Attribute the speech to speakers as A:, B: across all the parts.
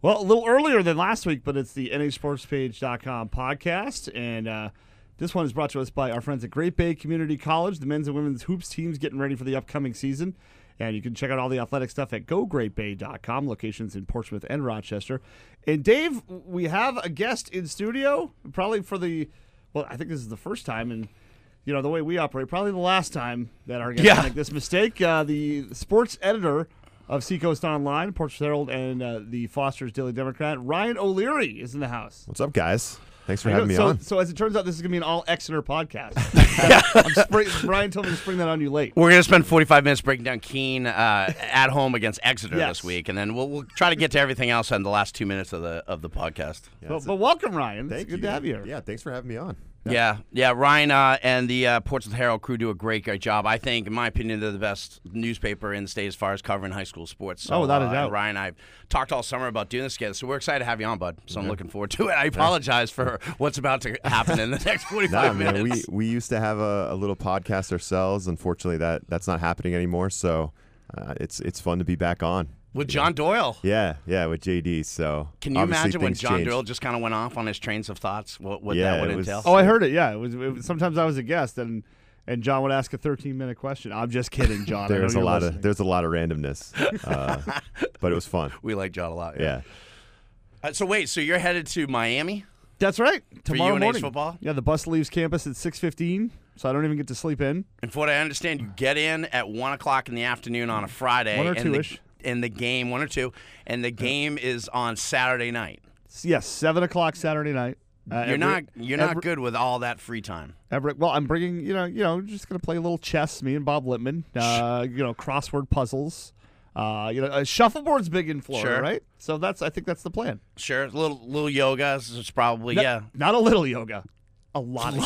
A: Well, a little earlier than last week, but it's the NHSportsPage.com podcast. And uh, this one is brought to us by our friends at Great Bay Community College, the men's and women's hoops teams getting ready for the upcoming season. And you can check out all the athletic stuff at gogreatbay.com, locations in Portsmouth and Rochester. And Dave, we have a guest in studio, probably for the, well, I think this is the first time. And, you know, the way we operate, probably the last time that our guest
B: Yeah.
A: make this mistake. Uh, the sports editor of Seacoast Online, Portsmouth Herald, and uh, the Foster's Daily Democrat, Ryan O'Leary, is in the house.
C: What's up, guys? Thanks for
A: I know-
C: having me
A: so,
C: on.
A: so as it turns out, this is gonna be an all Exeter podcast. I'm spring, Brian told me to spring that on you late.
B: We're going to spend 45 minutes breaking down Keene uh, at home against Exeter
A: Yes.
B: this week, and then we'll, we'll try to get to everything else in the last two minutes of the of the podcast.
C: Yeah,
A: But,
C: it's-
A: but welcome, Ryan.
C: thank
A: it's good
C: you.
A: to have you. here.
C: Yeah, thanks for having me on.
B: Yeah, yeah. Ryan uh, and the uh, Portsmouth Herald crew do a great, great job. I think, in my opinion, they're the best newspaper in the state as far as covering high school sports. So,
A: Oh, without a
B: uh,
A: doubt.
B: Ryan and I've talked all summer about doing this together, so we're excited to have you on, bud. So I'm looking forward to it. I apologize for what's about to happen in the next 45
C: Nah,
B: minutes.
C: man, we, we used to have a, a little podcast ourselves. Unfortunately, that that's not happening anymore. So uh, it's it's fun to be back on.
B: With John Doyle.
C: Yeah, yeah, with JD. So
B: Can you
C: obviously
B: imagine when
C: things
B: John
C: changed.
B: Doyle just kind of went off on his trains of thoughts? What, what
C: Yeah,
B: that would
C: it was-
B: entail?
A: Oh, I heard it. Yeah, it was, it was- Sometimes I was a guest, and and John would ask a 13 minute question. I'm just kidding, John. I know
C: There's a
A: you're
C: lot
A: listening.
C: of there's a lot of randomness, uh, but it was fun.
B: We like John a lot.
C: Yeah,
B: Uh, so wait, so you're headed to Miami?
A: That's right. Tomorrow
B: UNH
A: morning.
B: football?
A: Yeah, the bus leaves campus at 6:15, so I don't even get to sleep in.
B: And from what I understand, you get in at one o'clock in the afternoon on a Friday.
A: One or
B: and the-
A: two-ish.
B: And the game, one or two, and the game is on Saturday night.
A: S- Yes, seven o'clock Saturday night. Uh,
B: You're
A: Everett-
B: not you're not
A: Everett-
B: good with all that free time.
A: Everett, well, I'm bringing you know you know just gonna play a little chess. Me and Bob Littman. Uh, you know crossword puzzles. Uh, you know uh, shuffleboard's big in Florida,
B: Sure.
A: right? So that's I think that's the plan.
B: Sure, little little yoga is is probably
A: Not-
B: yeah.
A: not a little yoga, a lot of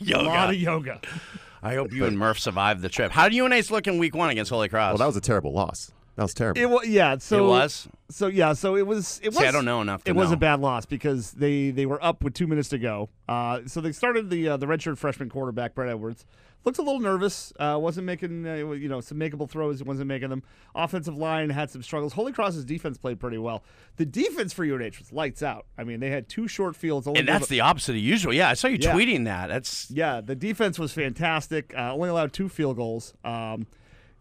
A: yoga. A lot of
B: yoga.
A: yoga.
B: I hope you and Murph survived the trip. How do you and Ace look in week one against Holy Cross?
C: well, that was a terrible loss. That was terrible.
A: It was yeah. So
B: it was.
A: So yeah. So it was. It
B: See,
A: was.
B: I don't know enough. To
A: It was a
B: know.
A: bad loss because they they were up with two minutes to go. Uh, so they started the uh, the redshirt freshman quarterback Brett Edwards. Looked a little nervous. Uh, wasn't making uh, you know some makeable throws. Wasn't making them. Offensive line had some struggles. Holy Cross's defense played pretty well. The defense for UNH was lights out. I mean, they had two short fields. Only
B: And
A: gave
B: that's
A: up-
B: the opposite of usual. Yeah, I saw you
A: Yeah.
B: tweeting that. That's
A: Yeah, the defense was fantastic. Uh, only allowed two field goals. Um,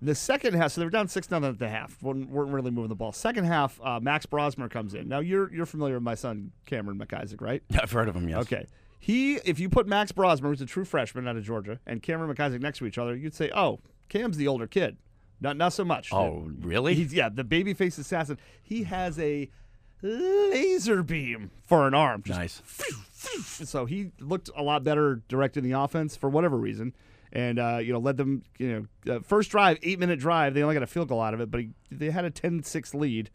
A: the second half, so they were down six nothing at the half. weren't weren't really moving the ball. Second half, uh, Max Brosmer comes in. Now you're you're familiar with my son Cameron McIsaac, right?
B: I've heard of him. Yes.
A: Okay. He, if you put Max Brosmer, who's a true freshman out of Georgia, and Cameron McIsaac next to each other, you'd say, "Oh, Cam's the older kid." Not not so much.
B: Oh, really?
A: He's yeah, the babyface assassin. He has a laser beam for an arm. Just
B: nice.
A: so he looked a lot better directing the offense for whatever reason, and uh, you know led them. You know, uh, first drive, eight minute drive. They only got a field goal out of it, but he, they had a 10-6 lead.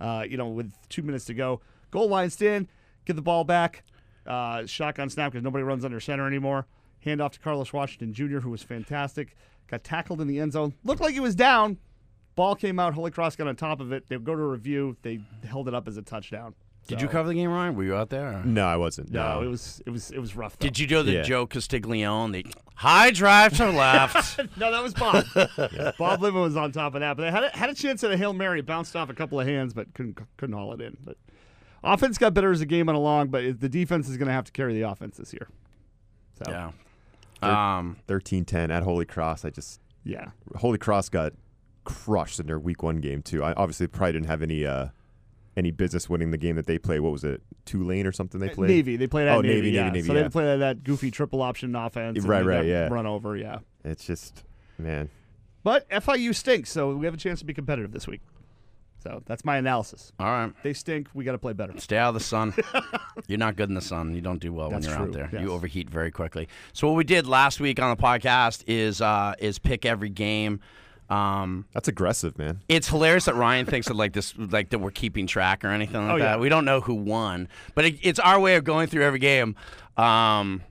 A: Uh, you know, with two minutes to go, goal line stand, get the ball back, uh, shotgun snap because nobody runs under center anymore. Hand off to Carlos Washington Jr., who was fantastic. Got tackled in the end zone. Looked like he was down. Ball came out. Holy Cross got on top of it. They go to review. They held it up as a touchdown.
B: Did you
A: So- Mm.
B: cover the game, Ryan? Were you out there? or-
C: no, I wasn't.
A: No, it was it was it was rough. Though.
B: Did you do the
C: Yeah.
B: Joe Castiglione? The high drive to left.
A: No, that was Bob. Bob Lima was on top of that, but they had a, had a chance at a hail mary, bounced off a couple of hands, but couldn't couldn't haul it in. But offense got better as the game went along, but it, the defense is going to have to carry the offense this year. So yeah,
B: yeah. Um.
C: thirteen ten at Holy Cross. I just Holy Cross got crushed in their Week One game too. I obviously probably didn't have any uh, any business winning the game that they played. What was it, Tulane or something? They played
A: Uh, Navy. They played at
C: Oh,
A: Navy,
C: Navy, Navy,
A: yeah.
C: Navy,
A: so they
C: yeah.
A: had to play that, that goofy triple option offense. and
C: Right,
A: they
C: right,
A: got
C: yeah.
A: Run over, yeah.
C: It's just man.
A: But FIU stinks, so we have a chance to be competitive this week. So that's my analysis.
B: All right.
A: They stink. We got to play better.
B: Stay out of the sun. you're not good in the sun. You don't do well
A: That's
B: when you're out
A: true,
B: there.
A: yes.
B: You overheat very quickly. So what we did last week on the podcast is uh, is pick every game. Um,
C: That's aggressive, man.
B: it's hilarious that Ryan thinks that like this, like that we're keeping track or anything like
A: Oh,
B: that.
A: yeah.
B: We don't know who won, but it, it's our way of going through every game. Um,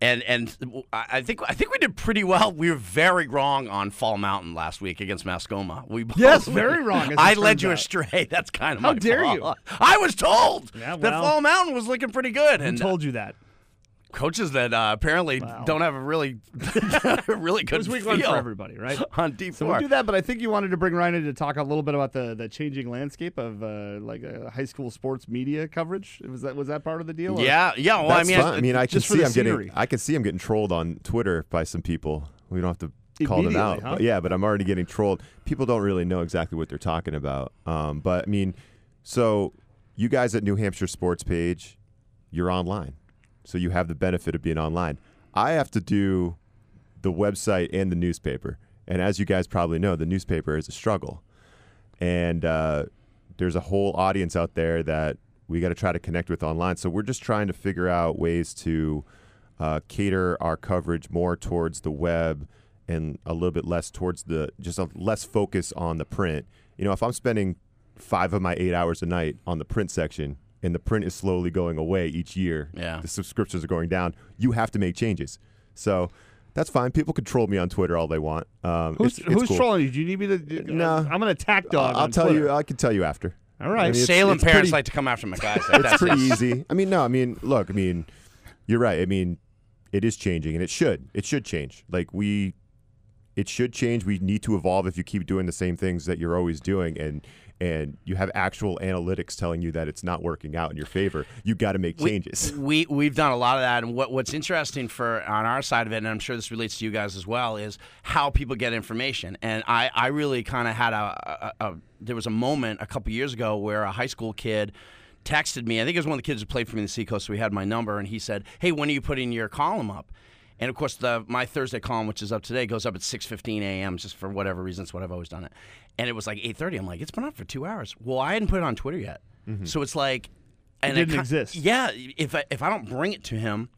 B: and and I I think I think we did pretty well. We were very wrong on Fall Mountain last week against Mascoma. We both-
A: Yes, very wrong, as it
B: I led
A: turns
B: you
A: out.
B: astray. That's kind of
A: How
B: my
A: dare
B: fault.
A: you.
B: I was told
A: Yeah,
B: that
A: well,
B: Fall Mountain was looking pretty good,
A: Who
B: and uh,
A: told you that?
B: coaches that uh, apparently
A: Wow.
B: don't have a really, really
A: It
B: good
A: was week
B: feel
A: one for everybody, right?
B: on D4.
A: So we do that, but I think you wanted to bring Ryan in to talk a little bit about the, the changing landscape of uh, like uh, high school sports media coverage. Was that was that part of the deal? or-
B: yeah, yeah. Well,
C: That's
B: I mean,
C: fine. I mean, I can
A: Oh, just for
C: see
A: the
C: I'm
A: scenery.
C: getting I can see I'm getting trolled on Twitter by some people. We don't have to call them
A: Immediately,
C: out.
A: huh?
C: But yeah, but I'm already getting trolled. People don't really know exactly what they're talking about. Um, but I mean, so you guys at New Hampshire Sports Page, you're online, so you have the benefit of being online. I have to do the website and the newspaper, and as you guys probably know, the newspaper is a struggle and uh, there's a whole audience out there that we got to try to connect with online. So we're just trying to figure out ways to uh, cater our coverage more towards the web and a little bit less towards the just a less focus on the print. You know, if I'm spending five of my eight hours a night on the print section and the print is slowly going away each year,
B: Yeah.
C: the subscriptions are going down. You have to make changes. So. That's fine. People can troll me on Twitter all they want. Um,
A: Who's,
C: it's, it's
A: who's
C: cool.
A: trolling you? Do you need me to?
C: No.
A: I'm an attack dog.
C: I'll
A: on
C: tell
A: Twitter.
C: you. uh, I can tell you after.
A: All right.
C: I mean, it's-
B: Salem
C: it's
B: parents
C: pretty-
B: like to come after my guys.
C: It's
B: That's
C: pretty easy. I mean, no. I mean, look. I mean, you're right. I mean, it is changing, and it should. It should change. Like we, it should change. We need to evolve. If you keep doing the same things that you're always doing, and and you have actual analytics telling you that it's not working out in your favor, you got to make changes.
B: We we've done a lot of that, and what what's interesting for on our side of it, and I'm sure this relates to you guys as well, is how people get information. And I I really kind of had a, a, a there was a moment a couple years ago where a high school kid. Texted me. I think it was one of the kids who played for me in the Seacoast. So he had my number, and he said, "Hey, when are you putting your column up?" And of course, the my Thursday column, which is up today, goes up at 6:15 a.m. Just for whatever reason, it's what I've always done it. And it was like 8:30. I'm like, it's been up for two hours. Well, I hadn't put it on Twitter yet, so it's like, and
A: Mm-hmm. didn't
B: ki-
A: exist.
B: yeah, if I, if I don't bring it to him,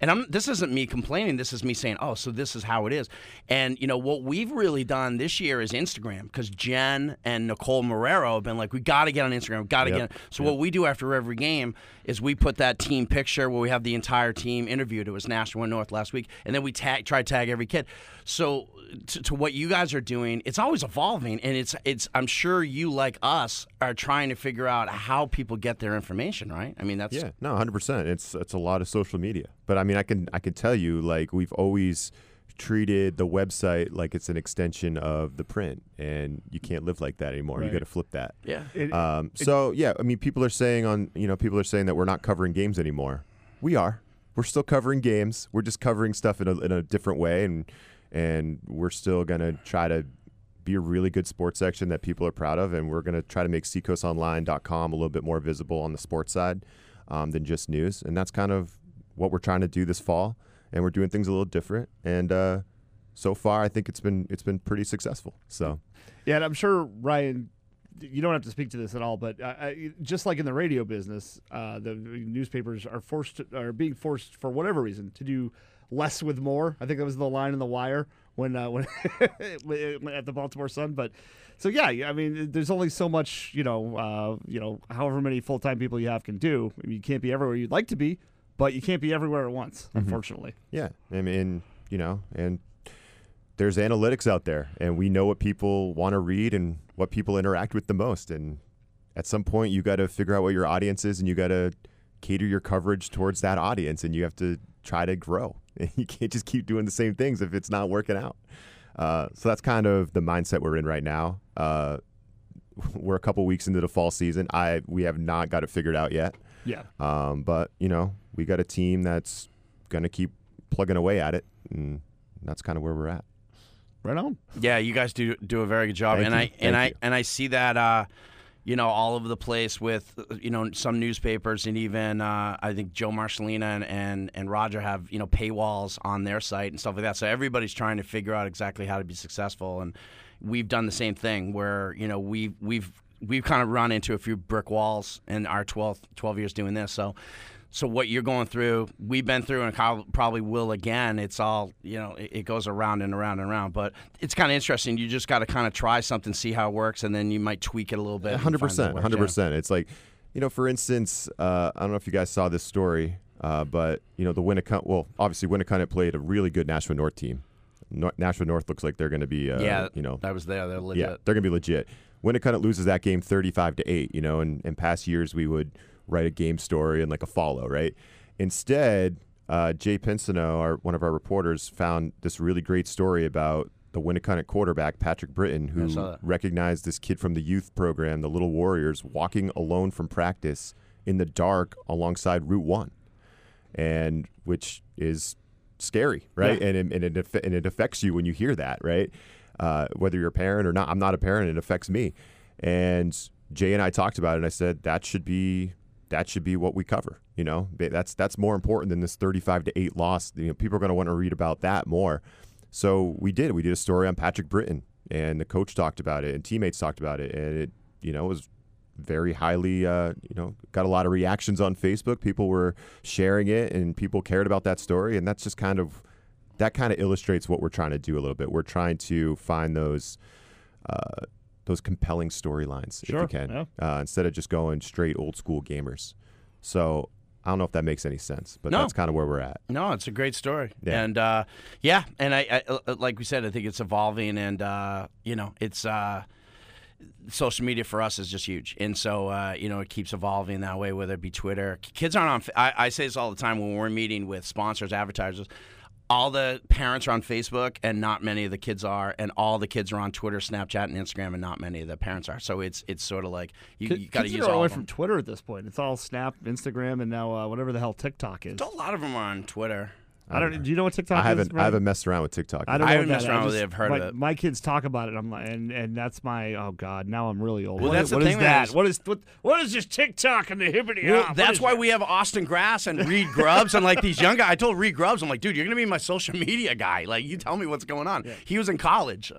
B: and I'm this isn't me complaining. This is me saying, oh, so this is how it is. And you know what we've really done this year is Instagram because Jen and Nicole Marrero have been like, we got to get on Instagram, got to
C: Yep.
B: get. on-" So what we do after every game is we put that team picture where we have the entire team interviewed. It was Nashua North last week, and then we tag try to tag every kid. So to, to what you guys are doing, it's always evolving, and it's it's. I'm sure you like us are trying to figure out how people get their information, right? I mean, that's
C: Yeah, no, hundred percent. It's it's a lot of social media, but I mean, I can I can tell you, like we've always treated the website like it's an extension of the print, and you can't live like that anymore. You
A: Right.
C: got to flip that.
B: yeah.
A: It-
C: Um, so yeah, I mean, people are saying on you know people are saying that we're not covering games anymore. We are. We're still covering games. We're just covering stuff in a, in a different way, and and we're still gonna try to be a really good sports section that people are proud of, and we're gonna try to make seacoastonline.com a little bit more visible on the sports side um, than just news, and that's kind of what we're trying to do this fall, and we're doing things a little different, and uh, so far I think it's been it's been pretty successful. So
A: Yeah, and I'm sure Ryan, you don't have to speak to this at all, but uh, I, just like in the radio business, uh, the newspapers are forced to, are being forced for whatever reason to do less with more. I think that was the line in the wire when uh, when at the Baltimore Sun, but so yeah, I mean, there's only so much you know, uh, you know, however many full time people you have can do. I mean, you can't be everywhere you'd like to be. But you can't be everywhere at once,
C: Mm-hmm.
A: unfortunately.
C: Yeah, I mean, you know, and there's analytics out there, and we know what people want to read and what people interact with the most. And at some point, you got to figure out what your audience is, and you got to cater your coverage towards that audience, and you have to try to grow. You can't just keep doing the same things if it's not working out. Uh, so that's kind of the mindset we're in right now. Uh, we're a couple weeks into the fall season. I we have not got it figured out yet.
A: Yeah.
C: Um, but you know, we got a team that's gonna keep plugging away at it, and that's kind of where we're at.
A: Right on.
B: Yeah, you guys do do a very good job,
C: Thank
B: and
C: you.
B: I and
C: Thank
B: I
C: you.
B: and I see that. Uh, you know, all over the place with, uh, you know, some newspapers and even uh, I think Joe Marcelina and, and, and Roger have, you know, paywalls on their site and stuff like that. So everybody's trying to figure out exactly how to be successful. And we've done the same thing where, you know, we've, we've, we've kind of run into a few brick walls in our 12, 12 years doing this. So, so what you're going through, we've been through and co- probably will again. It's all, you know, it, it goes around and around and around. But it's kind of interesting. You just got to kind of try something, see how it works, and then you might tweak it a little bit. and
C: Hundred
B: find that
C: percent,
B: works,
C: hundred
B: yeah.
C: percent. It's like, you know, for instance, uh, I don't know if you guys saw this story, uh, but you know, the Winnicott. Well, obviously, Winnicott played a really good Nashville North team. Nor- Nashville North looks like they're gonna be, uh,
B: yeah,
C: you know,
B: I was there. They're legit.
C: Yeah, they're gonna be legit. Winnicott loses that game thirty-five to eight. You know, and in past years we would write a game story and like a follow, right? Instead, uh, Jay Pinsino, our, one of our reporters, found this really great story about the Winnicott quarterback, Patrick Britton, who
B: saw that.
C: recognized this kid from the youth program, the Little Warriors, walking alone from practice in the dark alongside Route 1, and which is scary, right? And, it, and, it, aff- and it affects you when you hear that, right? Uh, whether you're a parent or not, I'm not a parent, it affects me. And Jay and I talked about it, and I said, that should be that should be what we cover. You know, Th- that's that's more important than this 35 to eight loss. You know, people are going to want to read about that more. So we did. We did a story on Patrick Britton, and the coach talked about it, and teammates talked about it, and it you know was very highly uh, you know got a lot of reactions on Facebook. People were sharing it, and people cared about that story, and that's just kind of that kind of illustrates what we're trying to do a little bit. We're trying to find those. Uh, those compelling storylines, if
A: Sure,
C: you can,
A: yeah.
C: uh, instead of just going straight old school gamers. So I don't know if that makes any sense, but
B: No.
C: that's kind of where we're at.
B: No, it's a great story,
C: Yeah.
B: and uh, yeah, and I, I uh, like we said, I think it's evolving, and uh, you know, it's uh, social media for us is just huge, and so uh, you know, it keeps evolving that way. Whether it be Twitter, K- kids aren't on. Fa- I, I say this all the time when we're meeting with sponsors, advertisers. All the parents are on Facebook, and not many of the kids are, and all the kids are on Twitter, Snapchat, and Instagram, and not many of the parents are. So it's it's sort of like you,
A: Ki-
B: you got to
A: kids
B: use
A: are
B: all
A: away
B: of them.
A: from Twitter at this point. It's all Snap, Instagram, and now uh, whatever the hell TikTok is.
B: a lot of them are on Twitter.
A: I don't. Do you know what TikTok
C: I
A: is?
C: haven't I
A: Brian?
C: haven't messed around with TikTok.
A: I don't
B: I
A: know what
B: haven't
A: that
B: messed
A: is.
B: around
A: I
B: with it.
A: just-
B: I've heard
A: my,
B: of it.
A: My kids talk about it. I'm like, and, and that's my oh god. Now I'm really old.
B: Well,
A: What-
B: that's the
A: what is
B: thing that
A: that?
B: is-
A: What is what? What is this TikTok and the hippity?
B: Well,
A: hop? What
B: that's
A: is
B: why
A: that?
B: we have Austin Grass and Reed Grubbs and like these young guys. I told Reed Grubbs, I'm like, dude, you're gonna be my social media guy. Like, you tell me what's going on. He was in college.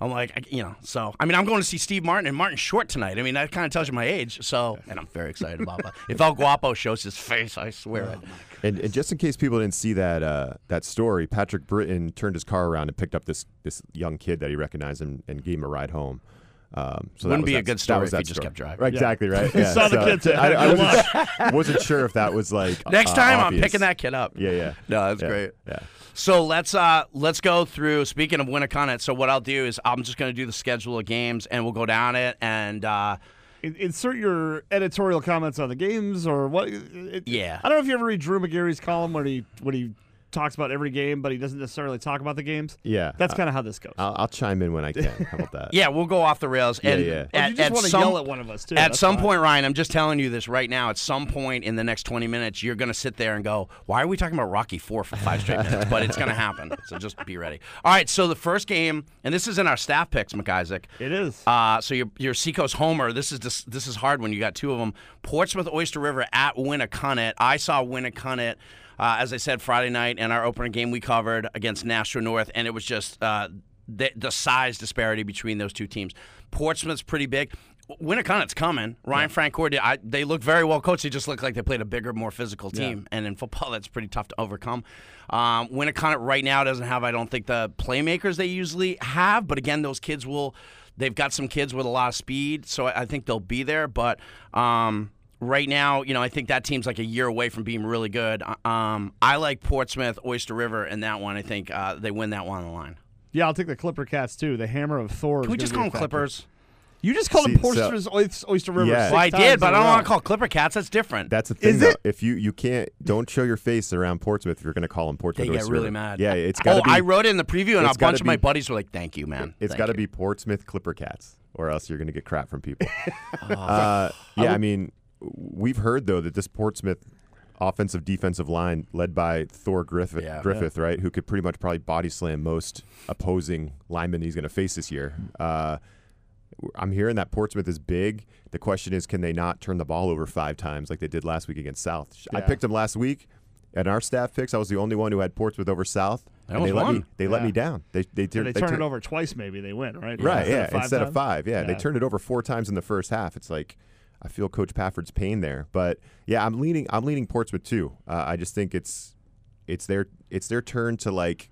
B: I'm like, I, you know, so I mean, I'm going to see Steve Martin and Martin Short tonight. I mean, that kind of tells you my age. So, and I'm very excited about that. If El Guapo shows his face, I swear it.
C: And, and just in case people didn't see that uh, that story, Patrick Britton turned his car around and picked up this this young kid that he recognized and, and gave him a ride home. Um, so
B: Wouldn't
C: that was
B: be a
C: that-
B: good
C: that
B: story
C: was
B: if
C: that
B: he just
C: story.
B: kept driving.
C: Right, exactly, right. Yeah,
A: saw the kid say,
C: I, I
A: "Good
C: wasn't, wasn't sure if that was like
B: Next
C: uh,
B: time, I'm
C: obvious.
B: picking that kid up.
C: Yeah, yeah.
B: No, that's
C: Yeah,
B: great.
C: Yeah.
B: So let's uh let's go through. Speaking of Winnicott, so what I'll do is I'm just going to do the schedule of games, and we'll go down it and. uh
A: In- insert your editorial comments on the games or what? it-
B: Yeah.
A: I don't know if you ever read Drew McGarry's column when he when he talks about every game, but he doesn't necessarily talk about the games.
C: Yeah. Uh,
A: That's kind of how this goes.
C: I'll, I'll chime in when I can. How about that?
B: Yeah, we'll go off the rails. And
C: yeah.
A: Or
B: At,
A: you just
B: at
A: want to
B: some,
A: yell at one of us too.
B: at
A: that's
B: some
A: fine.
B: point, Ryan, I'm just telling you this right now. At some point in the next 20 minutes, you're going to sit there and go, "Why are we talking about Rocky Four for five straight minutes?" But it's going to happen. So just be ready. All right. So the first game, and this is in our staff picks, McIsaac.
A: it is.
B: Uh, so your your Seacoast homer. This is dis- this is hard when you got two of them. Portsmouth Oyster River at Winnicunnet. I saw Winnicunnet. Uh, as I said, Friday night and our opening game we covered against Nashua North, and it was just uh, the, the size disparity between those two teams. Portsmouth's pretty big. Winnicott's coming. Ryan Francoeur, did- I, they look very well coached. They just look like they played a bigger, more physical team. And in football, that's pretty tough to overcome. Um, Winnicott right now doesn't have, I don't think, the playmakers they usually have. But again, those kids will. They've got some kids with a lot of speed, so I I think they'll be there. But um, right now, you know, I think that team's like a year away from being really good. Uh, Um, I like Portsmouth, Oyster River, and that one. I think uh, they win that one on the line.
A: yeah, I'll take the Clipper Cats too. The hammer of Thor.
B: Can we just call them Clippers?
A: You just called
C: See,
A: them
C: so-
A: Portsmouth Oyster, Oyster River.
C: Yeah.
A: six
B: Well, I
A: times
B: did, but
A: in
B: I
A: a
B: don't
A: row.
B: want to call Clipper Cats. That's different.
C: That's the thing,
A: Is
C: though.
A: it?
C: If you you can't, don't show your face around Portsmouth if you're going to call them Portsmouth.
B: They get
C: Oyster
B: really
C: River.
B: mad.
C: Yeah, it's got
B: Oh,
C: to be.
B: I wrote it in the preview, and a
C: it's gotta
B: bunch of my
C: be-
B: buddies were like, "Thank you, man."
C: it's
B: Thank
C: got to
B: you."
C: be Portsmouth Clipper Cats, or else you're going to get crap from people.
A: Oh.
C: uh, yeah, I mean, we've heard though that this Portsmouth offensive defensive line led by Thor Griffith,
B: Yeah.
C: Griffith, right, who could pretty much probably body slam most opposing linemen he's going to face this year. Uh, I'm hearing that Portsmouth is big. The question is, can they not turn the ball over five times like they did last week against South? Sh- I
A: Yeah.
C: picked them last week, and our staff picks. I was the only one who had Portsmouth over South.
B: They
C: and they
B: almost
C: let me.
B: won.
C: They let
A: Yeah.
C: me down. They they,
A: If
C: tur-
A: they turn
C: tur-
A: it over twice, maybe they win, right?
C: Right, yeah. Instead, of
A: times?
C: five, yeah, They
A: Yeah.
C: turned it over four times in the first half. It's like I feel Coach Pafford's pain there, but yeah, I'm leaning. I'm leaning Portsmouth too. Uh, I just think it's it's their it's their turn to like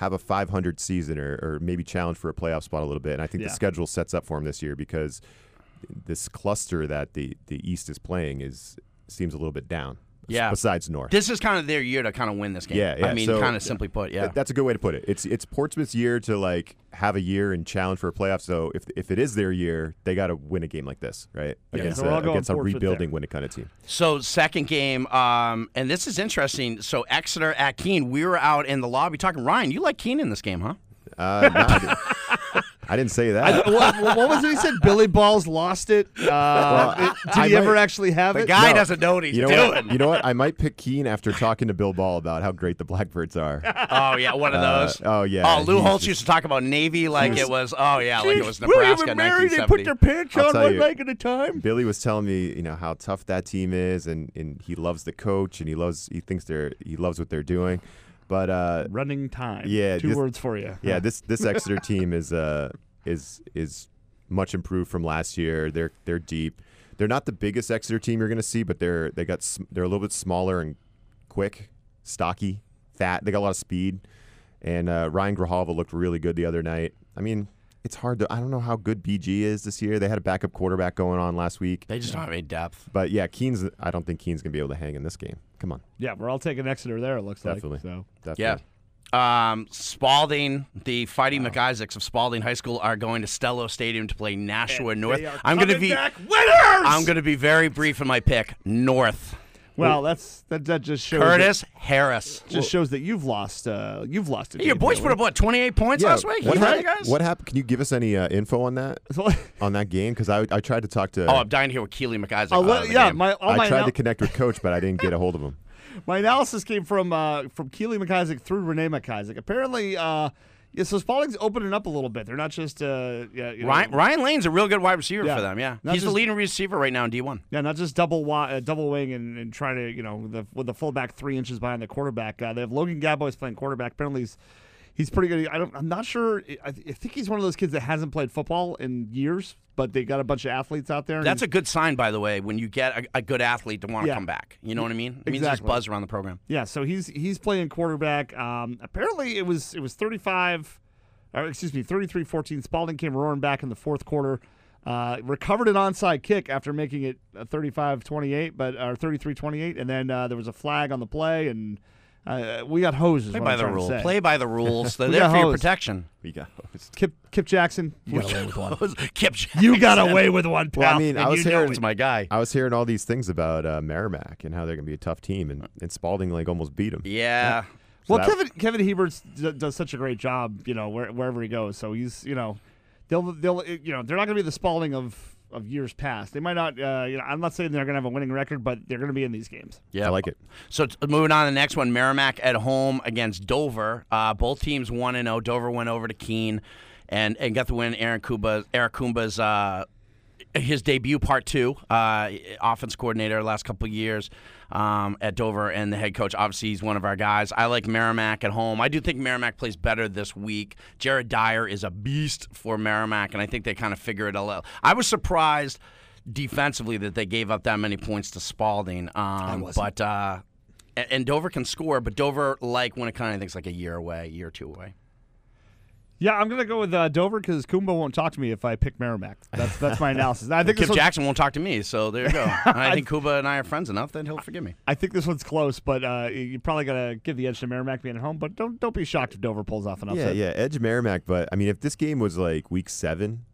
C: have a 500 season or, or maybe challenge for a playoff spot a little bit. And I think
A: Yeah.
C: the schedule sets up for them this year because this cluster that the the East is playing is seems a little bit down.
B: Yeah.
C: Besides North.
B: This is kind of their year to kind of win this game.
C: Yeah, yeah,
B: I mean,
C: so-
B: kind of simply put, yeah.
C: Th- that's a good way to put it. It's it's Portsmouth's year to like have a year and challenge for a playoff. So if if it is their year, they got to win a game like this, right? Against,
A: so we're all
C: a,
A: going
C: against a
A: Portsmouth there.
C: rebuilding Winnicott team.
B: So second game, um, and this is interesting. So Exeter at Keene, we were out in the lobby talking. Ryan, you like Keene in this game, huh?
C: Uh, no, I, didn't, I didn't say that.
A: what, what what was it he said? Billy Balls lost it. Uh, it- did
C: I
A: he ever
C: might-
A: actually have
B: The
A: it?
B: guy
C: No.
B: doesn't know what he's
C: you know
B: doing.
C: what? You know what? I might pick Keen after talking to Bill Ball about how great the Blackbirds are.
B: Oh yeah, one of
C: Uh,
B: those.
C: oh, yeah,
B: Oh, Lou
C: he's
B: Holtz
C: just-
B: used to talk about Navy like it was. Oh yeah, like it was
A: Jeez, William
B: Nebraska,
A: and Mary, they put
B: 1970.
A: their pants
C: I'll
A: on
C: tell
A: one
C: you.
A: leg at a time.
C: Billy was telling me, you know, how tough that team is, and, and he loves the coach, and he loves he thinks they're he loves what they're doing, but uh,
A: Running time.
C: Yeah,
A: two
C: this-
A: words for you.
C: yeah, this this Exeter team is uh is is much improved from last year. They're they're deep. They're not the biggest Exeter team you're going to see, but they're they got sm- they're a little bit smaller and quick, stocky, fat. They got a lot of speed. And uh, Ryan Grijalva looked really good the other night. I mean, it's hard to I don't know how good BG is this year. They had a backup quarterback going on last week.
B: They just don't have any depth.
C: But yeah, Keen's I don't think Keen's going to be able to hang in this game. Come on.
A: yeah, we're all taking Exeter there. It looks
C: Definitely.
A: like so.
C: Definitely.
B: Yeah. Um, Spalding, the Fighting McIsaacs of Spalding High School are going to Stello Stadium to play Nashua North.
A: They are
B: I'm going to
A: coming
B: be
A: back winners.
B: I'm going to be very brief in my pick. North.
A: well, that's that. That just shows.
B: Curtis Harris.
A: Just shows that you've lost. Uh, you've lost it.
B: Your boys put up what 28 points
C: Yeah,
B: last week.
C: What,
B: you heard, you
C: hap-
B: guys?
C: what happened? Can you give us any uh, info on that? on that game because I, I tried to talk to
B: Oh, I'm dying to hear what Keely McIsaac.
A: I'll
B: thought
A: let-
B: of Uh, the
A: yeah,
B: game.
A: my all
C: I
A: my
C: tried
A: anal-
C: to connect with coach, but I didn't get a hold of him.
A: my analysis came from uh, from Keely McIsaac through Renee McIsaac. Apparently, uh, yeah, so Spalding's opening up a little bit. They're not just uh, yeah, you know,
B: Ryan, Ryan Lane's a real good wide receiver
A: Yeah.
B: for them. Yeah,
A: Not
B: he's the
A: just-
B: leading receiver right now in D1.
A: Yeah, not just double wi- uh, double wing and, and trying to you know the, with the fullback three inches behind the quarterback. Uh, they have Logan Gabois playing quarterback. Apparently he's he's pretty good. I don't I'm not sure. I, I think he's one of those kids that hasn't played football in years, but they got a bunch of athletes out there. and
B: That's
A: he's-
B: a good sign, by the way, when you get a, a good athlete to want to
A: Yeah.
B: come back. You know what I mean? It means there's
A: Exactly.
B: buzz around the program.
A: yeah. So he's he's playing quarterback. Um, apparently it was it was 35, or excuse me, 33-14. Spalding came roaring back in the fourth quarter. Uh, recovered an onside kick after making it uh, 35-28, but or 33-28, and then uh, there was a flag on the play, and uh, we got hosed. is
B: Play
A: what
B: by
A: I'm
B: the
A: trying to
B: rules.
A: say.
B: Play by the rules. They're
A: We
B: there
A: got
B: for your
A: hosed.
B: protection.
C: We got.
A: Kip Kip Jackson.
B: Kip Jackson.
A: You got away with one, pal.
C: Well, I mean,
B: And
C: I was
B: you know
C: hearing
B: it's my guy.
A: Uh,
C: I was hearing all these things about uh, Merrimack and how they're going to be a tough team, and, and Spalding like almost beat them.
B: Yeah.
A: well,
C: that-
A: Kevin Kevin Heberts d- does such a great job, you know, where, wherever he goes. So he's, you know, they'll they'll eh, you know they're not going to be the Spalding of of years past. They might not, uh, you know, I'm not saying they're going to have a winning record, but they're going to be in these games.
B: Yeah.
C: I like it.
B: So t- moving on to the next one, Merrimack at home against Dover. Uh, both teams one and zero. Dover went over to Keene, and and got the win. Aaron Kumba, Eric Kumba's uh, his debut part two, uh, offense coordinator last couple of years um, at Dover, and the head coach. Obviously, he's one of our guys. I like Merrimack at home. I do think Merrimack plays better this week. Jared Dyer is a beast for Merrimack, and I think they kind of figure it out. I was surprised. Defensively, that they gave up that many points to Spalding, um, but uh, and, and Dover can score, but Dover, like when it kind of thinks like a year away, year or two away.
A: Yeah, I'm going to go with uh, Dover because Kumba won't talk to me if I pick Merrimack. That's that's my analysis. I think this
B: Kip
A: one's,
B: Jackson won't talk to me, so there you go. And I think Kuba and I are friends enough that he'll forgive me.
A: I think this one's close, but uh, you probably got to give the edge to Merrimack being at home. But don't don't be shocked if Dover pulls off an
C: Yeah,
A: upset.
C: yeah. Edge Merrimack, but I mean, if this game was like week seven,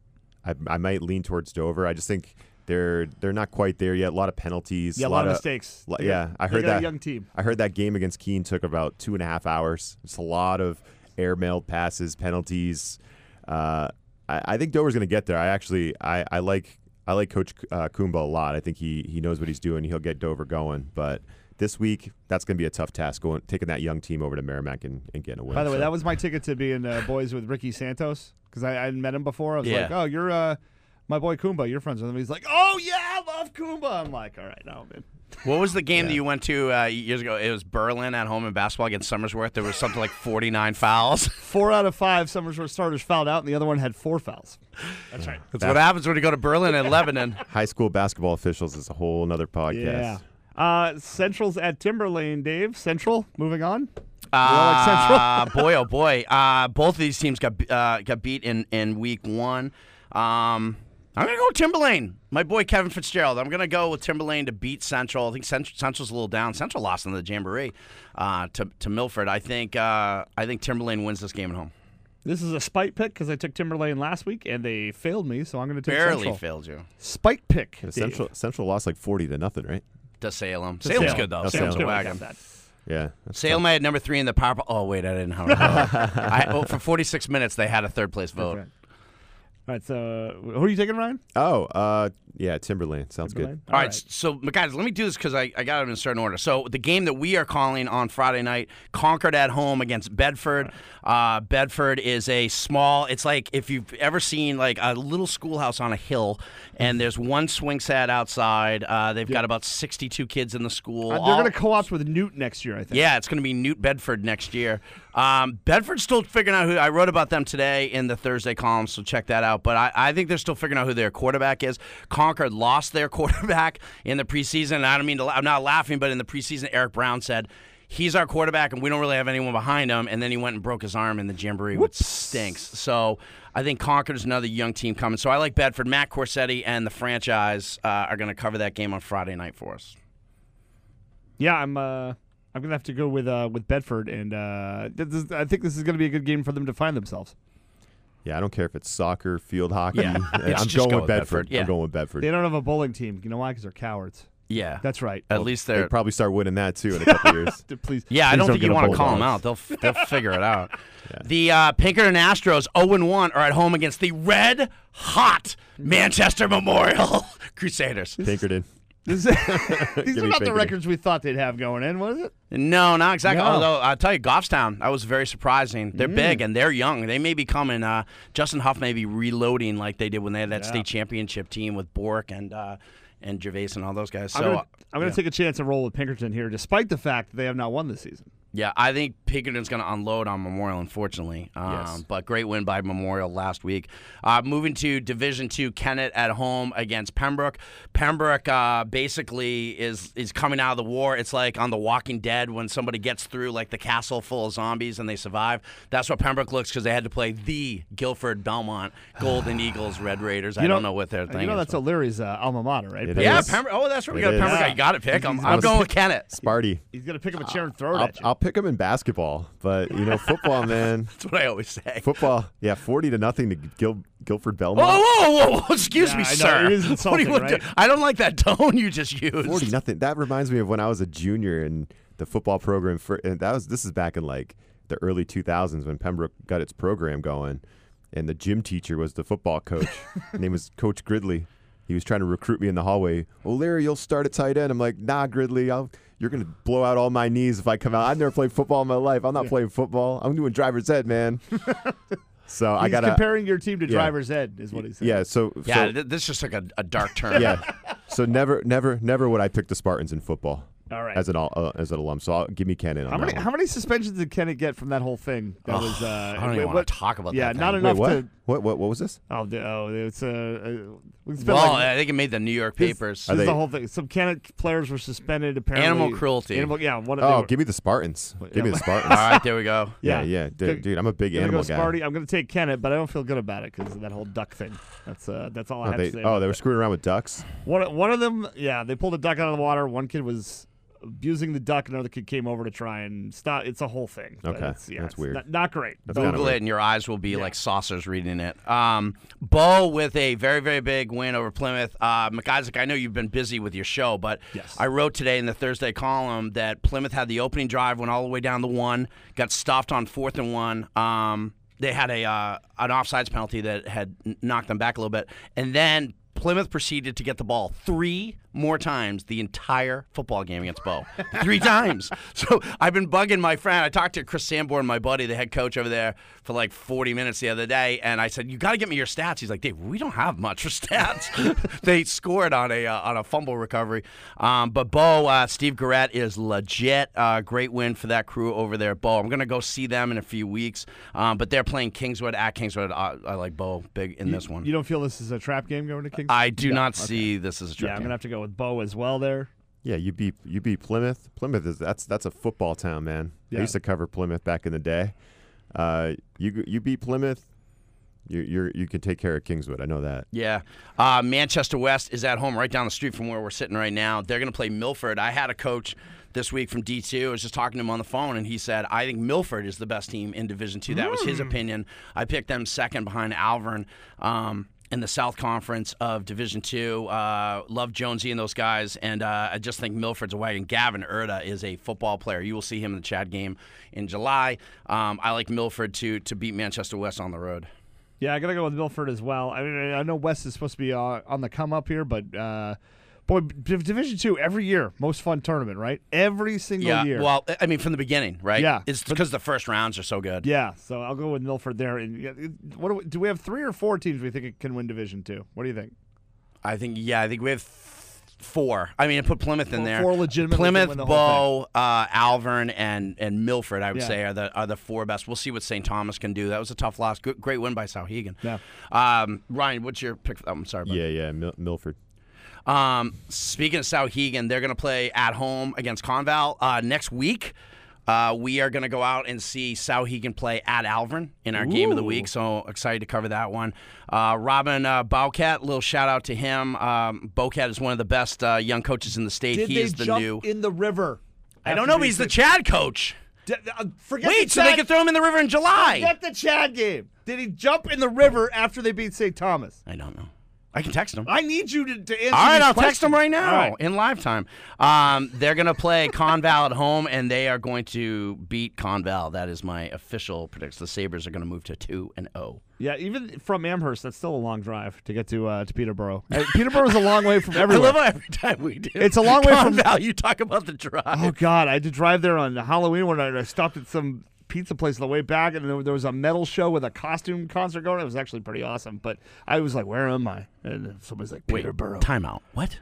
C: I, I might lean towards Dover. I just think they're they're not quite there yet. A lot of penalties.
A: Yeah, a lot of mistakes.
C: lo-
A: They got-
C: yeah, I
A: they
C: heard
A: got
C: that.
A: A young team.
C: I heard that game against Keene took about two and a half hours. It's a lot of airmailed passes, penalties. Uh, I, I think Dover's going to get there. I actually, I, I like, I like Coach uh, Kumba a lot. I think he he knows what he's doing. He'll get Dover going. But this week, that's going to be a tough task going taking that young team over to Merrimack and, and getting a win.
A: By the way,
C: So-
A: that was my ticket to being uh, boys with Ricky Santos because I, I hadn't met him before. I was like,
B: Yeah.
A: oh, you're uh, my boy Kumba. You're friends with him. He's like, oh, yeah, I love Kumba. I'm like, all right, now, man.
B: What was the game that you went to uh, years ago? It was Berlin at home in basketball against Somersworth. There was something like 49 fouls.
A: Four out of five Somerset starters fouled out, and the other one had four fouls. That's right.
B: That's what happens when you go to Berlin and Lebanon.
C: high school basketball officials is a whole nother
A: Yeah.
C: podcast.
A: Uh, Central's at Timberlane, Dave. Central, moving on.
B: Uh, boy, oh boy. Uh, both of these teams got uh, got beat in, in week one. Um, I'm gonna go with Timberlane. My boy Kevin Fitzgerald. I'm gonna go with Timberlane to beat Central. I think Cent- Central's a little down. Central lost in the Jamboree uh, to to Milford. I think uh, I think Timberlane wins this game at home.
A: This is a spite pick because I took Timberlane last week and they failed me, so I'm going to take
B: Barely
A: Central.
B: failed you
A: spite pick.
C: Yeah,
A: Dave.
C: Central Central lost like forty to nothing, right?
B: to Salem. Salem's
A: Salem.
B: good though.
C: No,
A: Sounds
B: Salem's
C: Salem's
B: a
A: good. I
B: wagon.
A: got that.
C: Yeah. that's
B: Salem had number three in the power. Oh wait, I didn't have. it. I, oh, for 46 minutes they had a third place vote.
A: Right. All right, so who are you taking, Ryan?
C: tough. Oh, uh, yeah, Timberlane sounds
A: Timberlane?
C: good.
B: All right. So, but guys, let me do this because I, I got them in a certain order. So, the game that we are calling on Friday night, Concord at home against Bedford. Uh, Bedford is a small, it's like if you've ever seen like a little schoolhouse on a hill,
A: Mm-hmm.
B: and there's one swing set outside. Uh, they've got about 62 kids in the school.
A: Uh,
B: All-
A: they're going to co-opt with Newt next year, I think.
B: yeah, it's going to be Newt Bedford next year. Um, Bedford's still figuring out who I wrote about them today in the Thursday column, so check that out. But I, I think they're still figuring out who their quarterback is. Concord lost their quarterback in the preseason. and I don't mean to, la- I'm not laughing, but in the preseason, Eric Brown said he's our quarterback and we don't really have anyone behind him. And then he went and broke his arm in the jamboree, which stinks. So I think Concord is another young team coming. So I like Bedford. Matt Corsetti and the franchise uh, are going to cover that game on Friday night for us.
A: Yeah, I'm. Uh, I'm gonna have to go with uh, with Bedford, and uh, this is, I think this is gonna be a good game for them to find themselves.
C: Yeah, I don't care if it's soccer, field hockey.
B: Yeah.
C: I'm
B: Let's just
C: going
B: go
C: with
B: with
C: Bedford.
B: Bedford, yeah.
C: I'm going with Bedford.
A: They don't have a bowling team. You know why? Because they're cowards.
B: Yeah.
A: That's right.
B: At least
C: They'd
B: they're
C: probably start winning that too in a couple years.
A: D- Please.
B: Yeah, I
C: Please
B: don't
C: don't
B: think
C: get
B: you
C: a
B: want to
C: bulldog.
B: call them out. They'll f- they'll figure it out. The uh, Pinkerton Astros 0 1 are at home against the red hot Manchester Memorial Crusaders.
C: Pinkerton.
A: This- these
C: Give
A: are
C: me
A: not the
C: Pinkerton.
A: records we thought they'd have going in, was it?
B: No, not exactly.
A: No.
B: Although I'll tell you, Goffstown, that was very surprising. They're big and they're young. They may be coming. Uh, Justin Huff may be reloading like they did when they had that state championship team with Bork and uh, and Gervais and all those guys. So
A: I'm
C: uh,
A: gonna, I'm gonna
B: yeah.
A: take a chance and roll with Pinkerton here, despite the fact that they have not won this season.
B: Yeah, I think Pinkerton's going to unload on Memorial, unfortunately. Um,
C: Yes.
B: But great win by Memorial last week. Uh, moving to Division Two, Kennett at home against Pembroke. Pembroke uh, basically is is coming out of the war. It's like on The Walking Dead when somebody gets through like the castle full of zombies and they survive. That's what Pembroke looks because they had to play the Guilford Belmont Golden Eagles Red Raiders. I don't know what they're
A: Uh,
B: thinking.
A: You know that's O'Leary's uh, alma mater, right?
C: It
A: But
B: yeah,
C: is.
B: Pembroke. Oh, that's right. We
C: It
B: got
C: is.
B: Pembroke.
A: Yeah.
B: You got to pick 'em.
A: He's
B: I'm
A: honest.
B: going with Kennett.
C: Sparty.
A: He's gonna pick up a chair and throw it
C: I'll,
A: at you.
C: I'll pick him in basketball, but you know, football, man.
B: That's what I always say.
C: Football. Yeah, forty to nothing to Gil- Guilford Belmont.
B: Whoa, whoa, whoa, whoa. Excuse
A: Yeah,
B: me,
A: I know.
B: sir.
A: It is
B: What do you
A: insulting,
B: want to
A: right?
B: do? I don't like that tone you just used.
C: Forty nothing. That reminds me of when I was a junior in the football program. For and that was this is back in like the early two thousands when Pembroke got its program going, and the gym teacher was the football coach. His name was Coach Gridley. He was trying to recruit me in the hallway. Oh, Larry, you'll start at tight end. I'm like, nah, Gridley, I'll, you're gonna blow out all my knees if I come out. I've never played football in my life. I'm not playing football. I'm doing driver's ed, man. so I
A: He's
C: gotta.
A: comparing your team to
C: yeah.
A: driver's ed, is what he said.
C: yeah. So
B: yeah,
C: so-
B: th- this just took a, a dark turn.
C: yeah. So never, never, never would I pick the Spartans in football.
A: All right.
C: As an all, uh, as an alum, so I'll, give me Cannon on
A: How
C: that
A: many
C: one.
A: how many suspensions did Kenneth get from that whole thing? That was uh,
B: I don't
A: wait,
B: even want
A: what-
B: to talk about
A: yeah,
B: that.
A: not
B: thing.
A: enough
C: Wait, what?
A: to.
C: What? What? What was this?
A: Oh, the- oh, it's uh, uh, it's been
B: Well,
A: like,
B: I think it made the New York
A: this-
B: papers.
A: This
C: Are
A: is the
C: they-
A: whole thing. Some Kenneth players were suspended apparently.
B: Animal cruelty.
A: Animal, yeah. One of
C: Oh,
A: they were-
C: give me the Spartans.
A: Wait,
C: Give me
A: yeah.
C: the
B: All
C: Spartans.
B: right, there we go.
C: yeah,
A: yeah.
C: yeah,
A: Go-
C: dude, dude, I'm a big
A: Gonna
C: animal
A: go
C: guy.
A: Sparty. I'm gonna take Kenneth, but I don't feel good about it because of that whole duck thing. That's uh, that's all I
C: Oh,
A: have
C: they,
A: to say.
C: oh,
A: about
C: they were
A: that.
C: screwing around with ducks.
A: One one of them, yeah, they pulled a duck out of the water. One kid was abusing the duck. Another kid came over to try and stop. It's a whole thing. but
C: Okay,
A: it's, yeah,
C: that's
A: it's
C: weird.
A: Not, not great.
C: kinda
B: Google
C: weird.
B: it, and your eyes will be like saucers reading it. Um, Bo with a very, very big win over Plymouth. Uh, McIsaac, I know you've been busy with your show, but
A: Yes.
B: I wrote today in the Thursday column that Plymouth had the opening drive, went all the way down the one, got stopped on fourth and one. Um, they had a uh, an offsides penalty that had n- knocked them back a little bit, and then. Plymouth proceeded to get the ball three more times the entire football game against Bo. three times. So I've been bugging my friend. I talked to Chris Sanborn, my buddy, the head coach over there, for like 40 minutes the other day, and I said, "You got to get me your stats." He's like, "Dave, we don't have much for stats." they scored on a uh, on a fumble recovery, um, but Bo uh, Steve Garrett is legit. Uh, great win for that crew over there, Bo. I'm gonna go see them in a few weeks, um, but they're playing Kingswood at Kingswood. I, I like Bo big in this one.
A: You don't feel this is a trap game going to Kings?
B: I do not see this as a
A: yeah,
B: trap.
A: I'm
B: game.
A: gonna have to go with Bo as well there.
C: Yeah, you beat you beat Plymouth. Plymouth is that's that's a football town, man.
A: Yeah.
C: I used to cover Plymouth back in the day. Uh, you you beat Plymouth. You you're, you can take care of Kingswood. I know that.
B: Yeah. Uh, Manchester West is at home right down the street from where we're sitting right now. They're going to play Milford. I had a coach this week from D2. I was just talking to him on the phone, and he said, I think Milford is the best team in Division 2. That was his opinion. I picked them second behind Alvern. Um, in the South Conference of Division Two, uh, love Jonesy and those guys, and uh, I just think Milford's a wagon. Gavin Erda is a football player. You will see him in the Chad game in July. Um, I like Milford to to beat Manchester West on the road.
A: Yeah, I gotta go with Milford as well. I mean, I know West is supposed to be uh, on the come up here, but uh, boy, Div- Division Two every year, most fun tournament, right? Every single
B: yeah,
A: year.
B: well, I- I mean, from the beginning, right?
A: Yeah.
B: it's because the first rounds are so good.
A: yeah, so I'll go with Milford there. And yeah, it- what do we, do we have? Three or four teams we think can win Division Two? What do you think?
B: I think, yeah, I think we have th- four. I mean, I put Plymouth in
A: Four-
B: there.
A: four legitimately can
B: Plymouth,
A: win the whole
B: Bow, uh, Alvern, and and Milford. I would
A: Yeah.
B: say are the are the four best. We'll see what St. Thomas can do. That was a tough loss. Good, great win by Sauhegan.
A: Yeah.
B: Um, Ryan, what's your pick? For that? I'm sorry. About
C: Yeah, yeah, Mil- Milford.
B: um, speaking of Sauhegan, they're going to play at home against Conval uh, next week. Uh, we are going to go out and see Sauhegan play at Alvern in our game of the week. So excited to cover that one. Uh, Robin uh, Bowcat, little shout out to him. Um, Bowcat is one of the best uh, young coaches in the state.
A: Did
B: he
A: they
B: is the
A: jump
B: new.
A: in the river?
B: I don't know, but he's the Chad coach.
A: D- uh, forget
B: Wait,
A: the
B: so they
A: Chad-
B: can throw him in the river in July.
A: forget the Chad game. Did he jump in the river after they beat St. Thomas?
B: I don't know. I can text him.
A: I need you to, to answer.
B: All right,
A: these
B: I'll
A: questions.
B: text them right
A: All
B: now
A: right.
B: in live time. Um, they're going to play Conval at home, and they are going to beat Conval. That is my official prediction. The Sabres are going to move to 2 and oh. 0.
A: Yeah, even from Amherst, that's still a long drive to get to uh, to Peterborough. Uh, Peterborough's a long way from
B: I
A: everywhere.
B: love how every time we do
A: It's a long way from-
B: Conval, you talk about the drive.
A: Oh God, I had to drive there on Halloween one night. and I stopped at some pizza place on the way back, and there- there was a metal show with a costume concert going. It was actually pretty awesome. But I was like, "Where am I?" And somebody's like,
B: Wait,
A: "Peterborough."
B: timeout. What?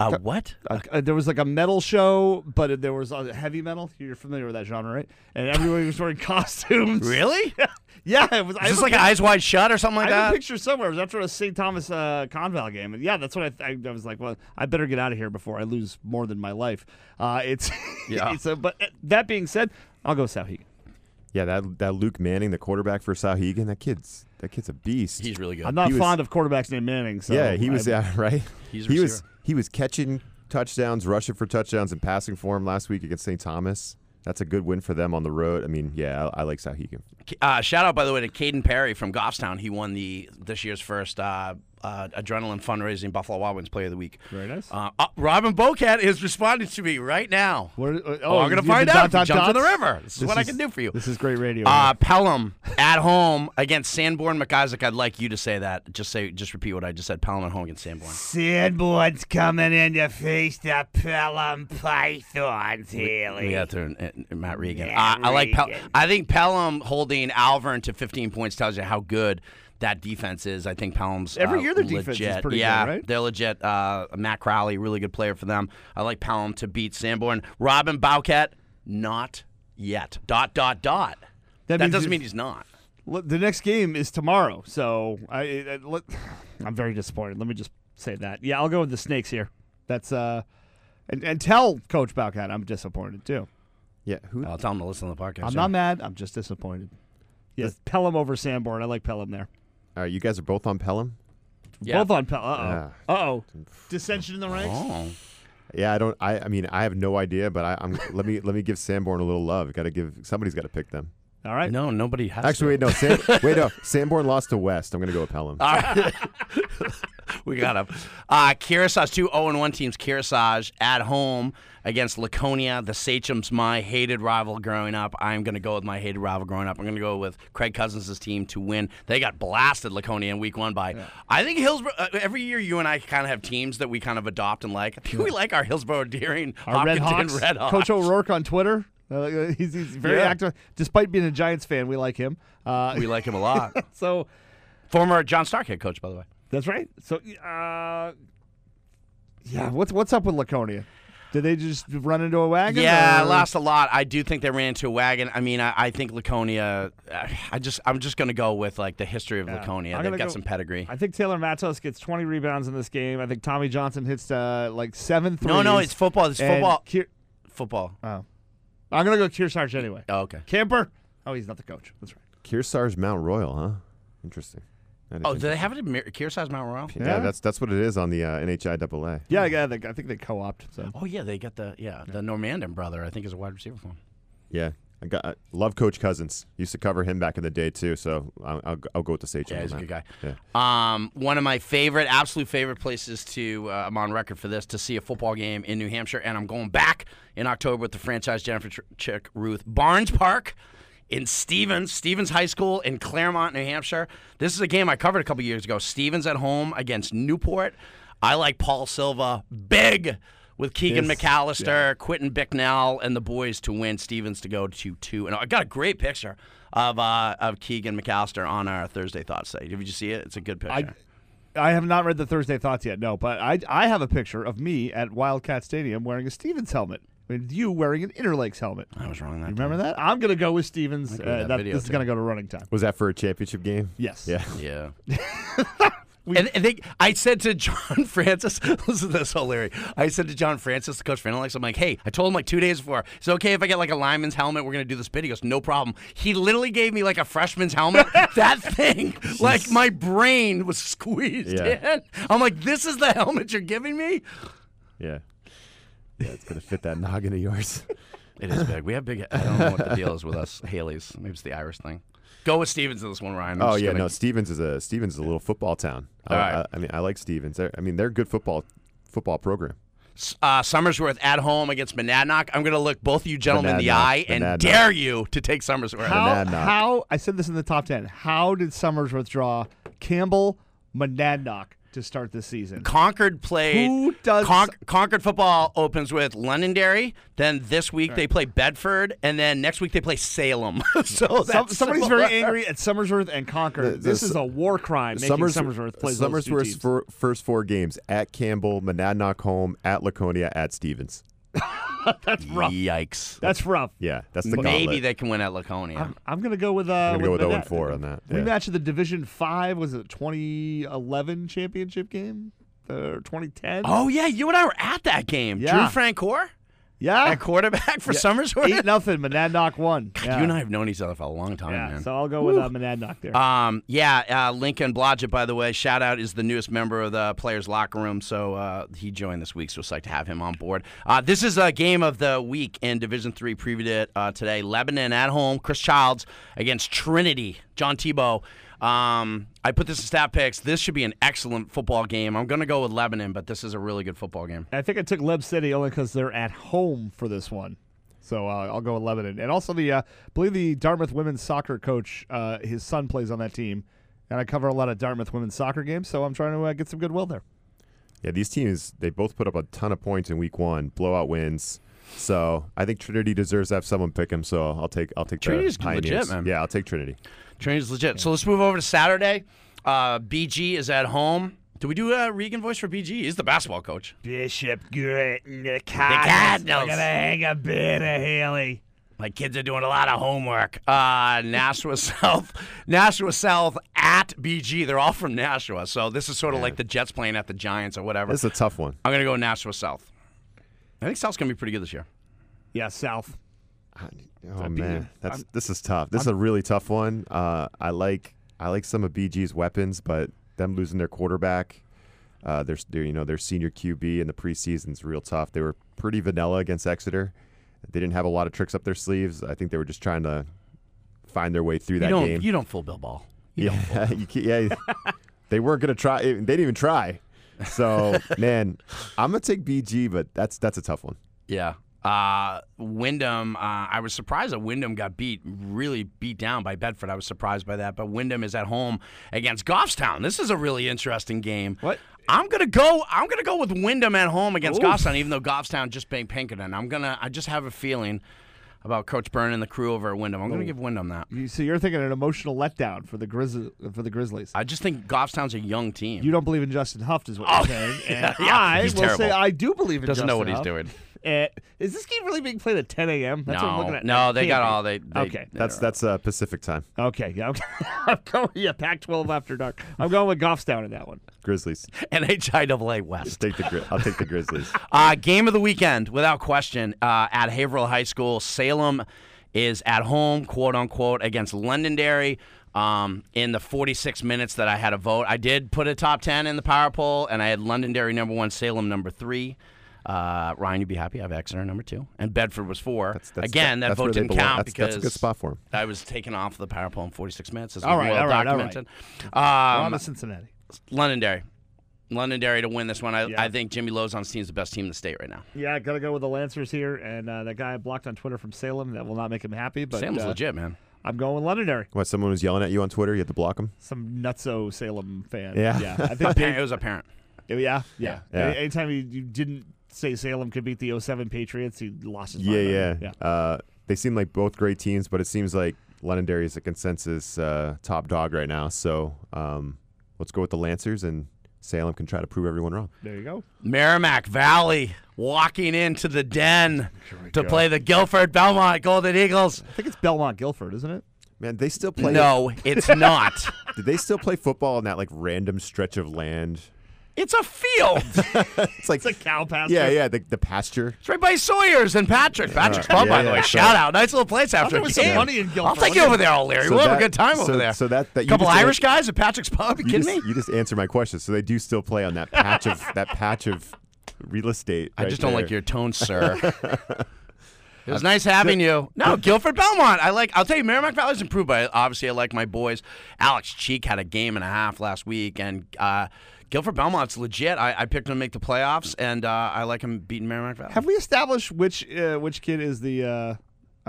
B: Uh, what?
A: Uh, uh, there was like a metal show, but it- there was uh, heavy metal. You're familiar with that genre, right? And everybody was wearing costumes.
B: Really?
A: Yeah, it was. I
B: Is
A: have
B: this
A: a
B: like
A: pic-
B: Eyes Wide Shut or something like
A: I have a
B: that?
A: picture somewhere. It was after a St. Thomas uh, Conval game, and yeah, that's what I, I, I was like. Well, I better get out of here before I lose more than my life. Uh, it's
B: Yeah.
A: it's a- but uh, that being said, I'll go Sauhegan.
C: Yeah, that that Luke Manning, the quarterback for Sauhegan, that kid's that kid's a beast.
B: He's really good.
A: I'm not
C: He was-
A: fond of quarterbacks named Manning. So
C: yeah, he was
A: I,
C: yeah, right.
B: He's a
C: he was
B: receiver.
C: he was catching touchdowns, rushing for touchdowns, and passing for him last week against St. Thomas. That's a good win for them on the road. I mean, yeah, I, I like Sauhegan.
B: Uh, shout out, by the way, to Caden Perry from Goffstown. He won the this year's first uh, uh, adrenaline fundraising Buffalo Wild Wings Player of the Week.
A: Very nice.
B: Uh, uh, Robin Bocat is responding to me right now.
A: Where- uh, oh,
B: oh, I'm
A: you
B: gonna
A: did
B: find
A: the
B: out. if
A: dot,
B: he
A: dot,
B: jumped in the
A: dots?
B: river. This, is what I can do for you.
A: This is great radio.
B: Uh, Pelham at home against Sanborn McIsaac. I'd like you to say that. Just say, just repeat what I just said. Pelham at home against Sanborn.
D: Sandboard's coming in to face the Pelham Pythons, Haley.
B: We got there and, and- and Matt Regan.
D: Matt
B: Uh, I like. Pel-
D: Regan.
B: I think Pelham holding Alvern to 15 points tells you how good that defense is. I think Pelham's
A: Every
B: uh,
A: year their defense is
B: legit.
A: pretty good,
B: yeah,
A: right?
B: They're legit. Uh, Matt Crowley, really good player for them. I like Pelham to beat Sanborn. Robin Baucat, not yet. Dot dot dot.
A: That
B: That,
A: means
B: doesn't
A: he's-
B: mean he's not.
A: L- the next game is tomorrow, so I, I let, I'm very disappointed. Let me just say that. Yeah, I'll go with the Snakes here. That's uh, and, and tell Coach Balcat I'm disappointed too.
C: Yeah, who?
B: I'll tell him to listen to the podcast.
A: I'm
B: yeah.
A: not mad. I'm just disappointed. Yes, Pelham over Sanborn. I like Pelham there.
C: All right, you guys are both on Pelham.
B: Yeah.
A: Both on Pelham. Uh oh. Uh oh. Dissension in the ranks.
B: Oh.
C: Yeah, I don't. I, I mean, I have no idea, but I, I'm. let me let me give Sanborn a little love. Got to give somebody's got to pick them.
A: All right.
B: Oh. No, nobody has.
C: Actually, wait,
B: to.
C: no. Sam, wait, no. Sanborn lost to West. I'm gonna go with Pelham.
B: we got him. Uh, Kearsarge, two 0 and 1 teams. Kearsarge at home against Laconia. The Sachems, my hated rival growing up. I'm going to go with my hated rival growing up. I'm going to go with Craig Cousins' team to win. They got blasted Laconia in week one by. I think Hillsborough. Uh, every year, you and I kind of have teams that we kind of adopt and like. I think we like our Hillsborough Deering,
A: Our Red
B: Hopkinton
A: Hawks.
B: Red Hawks.
A: Coach O'Rourke on Twitter. Uh, he's, he's very
B: Yeah.
A: active. Despite being a Giants fan, we like him. Uh,
B: we like him a lot.
A: so
B: Former John Stark head coach, by the way.
A: That's right. So, uh, yeah, what's what's up with Laconia? Did they just run into a wagon?
B: Yeah,
A: or-
B: lost a lot. I do think they ran into a wagon. I mean, I, I think Laconia. I just, I'm just gonna go with like the history of Laconia.
A: I'm
B: They've
A: gonna
B: got
A: go-
B: some pedigree.
A: I think Taylor Matos gets 20 rebounds in this game. I think Tommy Johnson hits uh, like seven threes.
B: No, no, it's football. It's
A: and
B: football.
A: Kier-
B: Football.
A: oh. I'm gonna go Kearsarge anyway.
B: Oh, okay.
A: Camper. Oh, he's not the coach. That's right.
C: Kearsarge Mount Royal, huh? Interesting. That is
B: Oh, do
C: interesting.
B: they have it in Mir- Kearsarge Mount Royal?
C: yeah,
A: Yeah.
C: that's that's what it is on the uh, NHIAA.
A: Yeah, yeah. They, I think they co-opted. So
B: Oh yeah, they got the yeah the Normandin brother. I think is a wide receiver for him.
C: Yeah, I got I love Coach Cousins. Used to cover him back in the day too. So I'll I'll, go- I'll go with the Sage.
B: Yeah,
C: on
B: he's a
C: that.
B: good guy.
C: Yeah.
B: Um, one of my favorite, absolute favorite places to, uh, I'm on record for this, to see a football game in New Hampshire. And I'm going back in October with the franchise Jennifer Tr- Chick Ruth Barnes Park in Stevens, Stevens High School in Claremont, New Hampshire. This is a game I covered a couple years ago. Stevens at home against Newport. I like Paul Silva big with Keegan
A: Yes.
B: McAllister, Quinton Bicknell, and the boys to win. Stevens to go to two. And I got a great picture of uh, of Keegan McAllister on our Thursday Thought site. Did you see it? It's a good
A: I,
B: picture.
A: I have not read the Thursday thoughts yet. No, but I, I have a picture of me at Wildcat Stadium wearing a Stevens helmet, and you wearing an Interlakes helmet.
B: I, was wrong. That
A: Remember that? I'm gonna go with Stevens.
B: agree with
A: Uh,
B: that
A: that-
B: video,
A: this is
B: too.
A: gonna go to running time.
C: Was that for a championship game?
A: Yes.
C: Yeah.
B: Yeah. and, and they, I said to John Francis, listen to this, hilarious. I said to John Francis, the coach for analytics, I'm like, hey, I told him like two days before, it's okay if I get like a lineman's helmet, we're going to do this bid. He goes, no problem. He literally gave me like a freshman's helmet. that thing, like my brain was squeezed
C: Yeah.
B: in. I'm like, this is the helmet you're giving me?
C: Yeah. Yeah, it's gonna fit that noggin of yours.
B: It is big. We have big, I don't know what the deal is with us, Haley's. Maybe it's the Irish thing. Go with Stevens in this one, Ryan. I'm
C: Oh
B: just
C: yeah,
B: gonna-
C: no. Stevens is a Stevens is a little football town.
B: All
C: I,
B: right.
C: I, I mean, I like Stevens. They're, I mean, they're a good football football program.
B: uh, Summersworth at home against Monadnock. I'm going to look both of you gentlemen in the
C: Monadnock.
B: eye and
C: Monadnock.
B: dare you to take Summersworth.
A: How,
C: Monadnock.
A: how I said this in the top ten. How did Summers withdraw Campbell Monadnock to start this season?
B: Concord played.
A: Who does-
B: Concord football opens with Londonderry. Then this week they play Bedford, and then next week they play Salem. so that's
A: Some, somebody's
B: similar.
A: very angry at Summersworth and Concord.
C: The- the
A: this is
C: Su-
A: a war crime. Making
C: Summers-
A: Summersworth plays those two
C: Summersworth's
A: teams.
C: fir- first four games at Campbell, Monadnock home, at Laconia, at Stevens.
B: Yikes.
A: That's rough.
C: Yeah, that's the
B: Maybe
C: gauntlet.
B: they can win at Laconia.
A: I'm, I'm gonna go with. Uh,
C: I'm gonna go with 0 and
A: Monad-
C: 4 on that. Yeah.
A: Rematch of the Division Five was it 2011 championship game or 2010?
B: oh yeah, you and I were at that game.
A: Yeah.
B: Drew Francoeur
A: yeah,
B: at quarterback for Summersworth.
A: eight nothing. Monadnock won. yeah.
B: You and I have known each other for a long time,
A: yeah,
B: man.
A: so I'll go with uh, Monadnock there.
B: Um, yeah, uh, Lincoln Blodgett, by the way, shout out is the newest member of the players' locker room, so uh, he joined this week. So it's like to have him on board. Uh, this is a game of the week in Division Three. Previewed it uh, today. Lebanon at home. Chris Childs against Trinity. John Tebow. Um, I put this in stat picks. This should be an excellent football game. I'm going to go with Lebanon, but this is a really good football game.
A: I think I took Leb City only because they're at home for this one. So uh, I'll go with Lebanon. And also, the uh, I believe the Dartmouth women's soccer coach, uh, his son plays on that team. And I cover a lot of Dartmouth women's soccer games, so I'm trying to uh, get some goodwill there.
C: Yeah, these teams, they both put up a ton of points in week one, blowout wins. So I think Trinity deserves to have someone pick him. So I'll take I'll take
B: Trinity's
C: the Pioneers.
B: legit, man.
C: Yeah, I'll take Trinity.
B: Trinity's legit. So let's move over to Saturday. Uh, BG is at home. Do we do a Regan voice for BG? He's the basketball coach.
D: Bishop Grit and the
B: Cardinals.
D: We're gonna hang a bit of Haley.
B: My kids are doing a lot of homework. Uh, Nashua South, Nashua South at BG. They're all from Nashua, so this is sort of like the Jets playing at the Giants or whatever.
C: This is a tough one.
B: I'm gonna go Nashua South. I think South's gonna be pretty good this year.
A: Yeah, South.
C: Oh man, that's this is tough. This is a really tough one. Uh, I like I like some of BG's weapons, but them losing their quarterback, uh, their their, you know their senior QB in the preseason's real tough. They were pretty vanilla against Exeter. They didn't have a lot of tricks up their sleeves. I think they were just trying to find their way through that
B: you don't
C: game.
B: you don't fool Bill Ball. You don't fool.
C: yeah, you can't- yeah. they weren't gonna try. eh, They didn't even try. So man, I'm gonna take BG, but that's that's a tough one.
B: Yeah. Uh, Wyndham, uh, I was surprised that Wyndham got beat, really beat down by Bedford. I was surprised by that. But Wyndham is at home against Goffstown. This is a really interesting game.
A: What?
B: I'm gonna go. I'm gonna go with Wyndham at home against Goffstown, even though Goffstown just banged Pinkerton. I'm gonna. I just have a feeling about Coach Byrne and the crew over at Wyndham. I'm
A: Oh.
B: gonna give Wyndham that.
A: You, so you're thinking an emotional letdown for the Grizz- for the Grizzlies.
B: I just think Goffstown's a young team.
A: you don't believe in Justin Huft, is what
B: Oh,
A: you're saying. And
B: yeah, yeah,
A: I
B: he's
A: will say
B: terrible.
A: I do believe in
B: Doesn't
A: Justin
B: know what he's
A: Huft.
B: doing.
A: Eh, is this game really being played at 10 a.m.? That's what I'm
B: no,
A: looking at.
B: no,
A: It
B: they
A: can't
B: got
A: be.
B: all they. they
A: Okay.
C: That's that's uh, Pacific time.
A: Okay, yeah, I'm, I'm going. Yeah, Pac-12 after dark. I'm going with Goffstown in that one.
C: Grizzlies.
B: NHIAA West.
C: Take the Gri- I'll take the Grizzlies.
B: Uh, game of the weekend, without question, uh, at Haverhill High School. Salem is at home, quote unquote, against Londonderry. Um, in the 46 minutes that I had a vote, I did put a top 10 in the power poll, and I had Londonderry number one, Salem number three. Uh, Ryan, you'd be happy. I have Exeter number two, and Bedford was four. Again, that,
C: that's where
B: vote
C: they
B: didn't
C: belong.
B: count
C: that's,
B: because
C: that's a good spot for him.
B: I was taken off the power poll in 46 minutes. As
A: All right,
B: well
A: all right, all right.
B: documented.
A: I'm
B: Um,
A: a Cincinnati.
B: Londonderry. Londonderry to win this one. I,
A: Yeah.
B: I think Jimmy Lozon's team is the best team in the state right now.
A: Yeah, gotta go with the Lancers here, and uh, that guy I blocked on Twitter from Salem. That will not make him happy. But
B: Salem's
A: uh,
B: legit, man.
A: I'm going with Londonderry.
C: What? Someone was yelling at you on Twitter. You had to block him.
A: Some nutso Salem fan.
C: Yeah.
A: yeah. I think
B: Apparent- it was apparent.
A: Yeah, yeah. yeah.
C: Yeah.
A: A- Anytime you, you didn't say Salem could beat the 07 Patriots, he lost his
C: Yeah,
A: mind.
C: yeah.
A: yeah.
C: Uh, they seem like both great teams, but it seems like Londonderry is a consensus uh, top dog right now. So um, let's go with the Lancers, and Salem can try to prove everyone wrong.
A: There you go.
B: Merrimack Valley walking into the den to play the Guilford Belmont Golden Eagles.
A: I think it's Belmont Guilford, isn't it?
C: Man, they still play.
B: No, it's not.
C: Did they still play football in that like random stretch of land?
B: it's a field.
C: It's
A: It's
C: like,
A: a cow pasture.
C: yeah, yeah, the, the pasture.
B: It's right by Sawyer's and Patrick. Patrick's Pub,
C: Yeah,
B: by the
C: yeah,
B: way.
C: so-
B: Shout out. Nice little place after
A: there
B: a
A: was some
B: game.
A: money in Guilford,
B: I'll take you
A: wasn't
B: over there, O'Leary.
C: So
B: we'll have
C: that-
B: a good time
C: so-
B: over there.
C: so that- that- you
B: couple
C: just-
B: Irish guys at Patrick's Pub. You,
C: You
B: kidding
C: just,
B: me?
C: You just answered my question. So they do still play on that patch of that patch of real estate.
B: I
C: right
B: just don't
C: there.
B: like your tone, sir. It was nice having you. No, Guilford Belmont. I like. I'll tell you, Merrimack Valley's improved. But obviously, I like my boys. Alex Cheek had a game and a half last week, and uh, Guilford Belmont's legit. I, I picked him to make the playoffs, and uh, I like him beating Merrimack Valley.
A: Have we established which uh, which kid is the uh,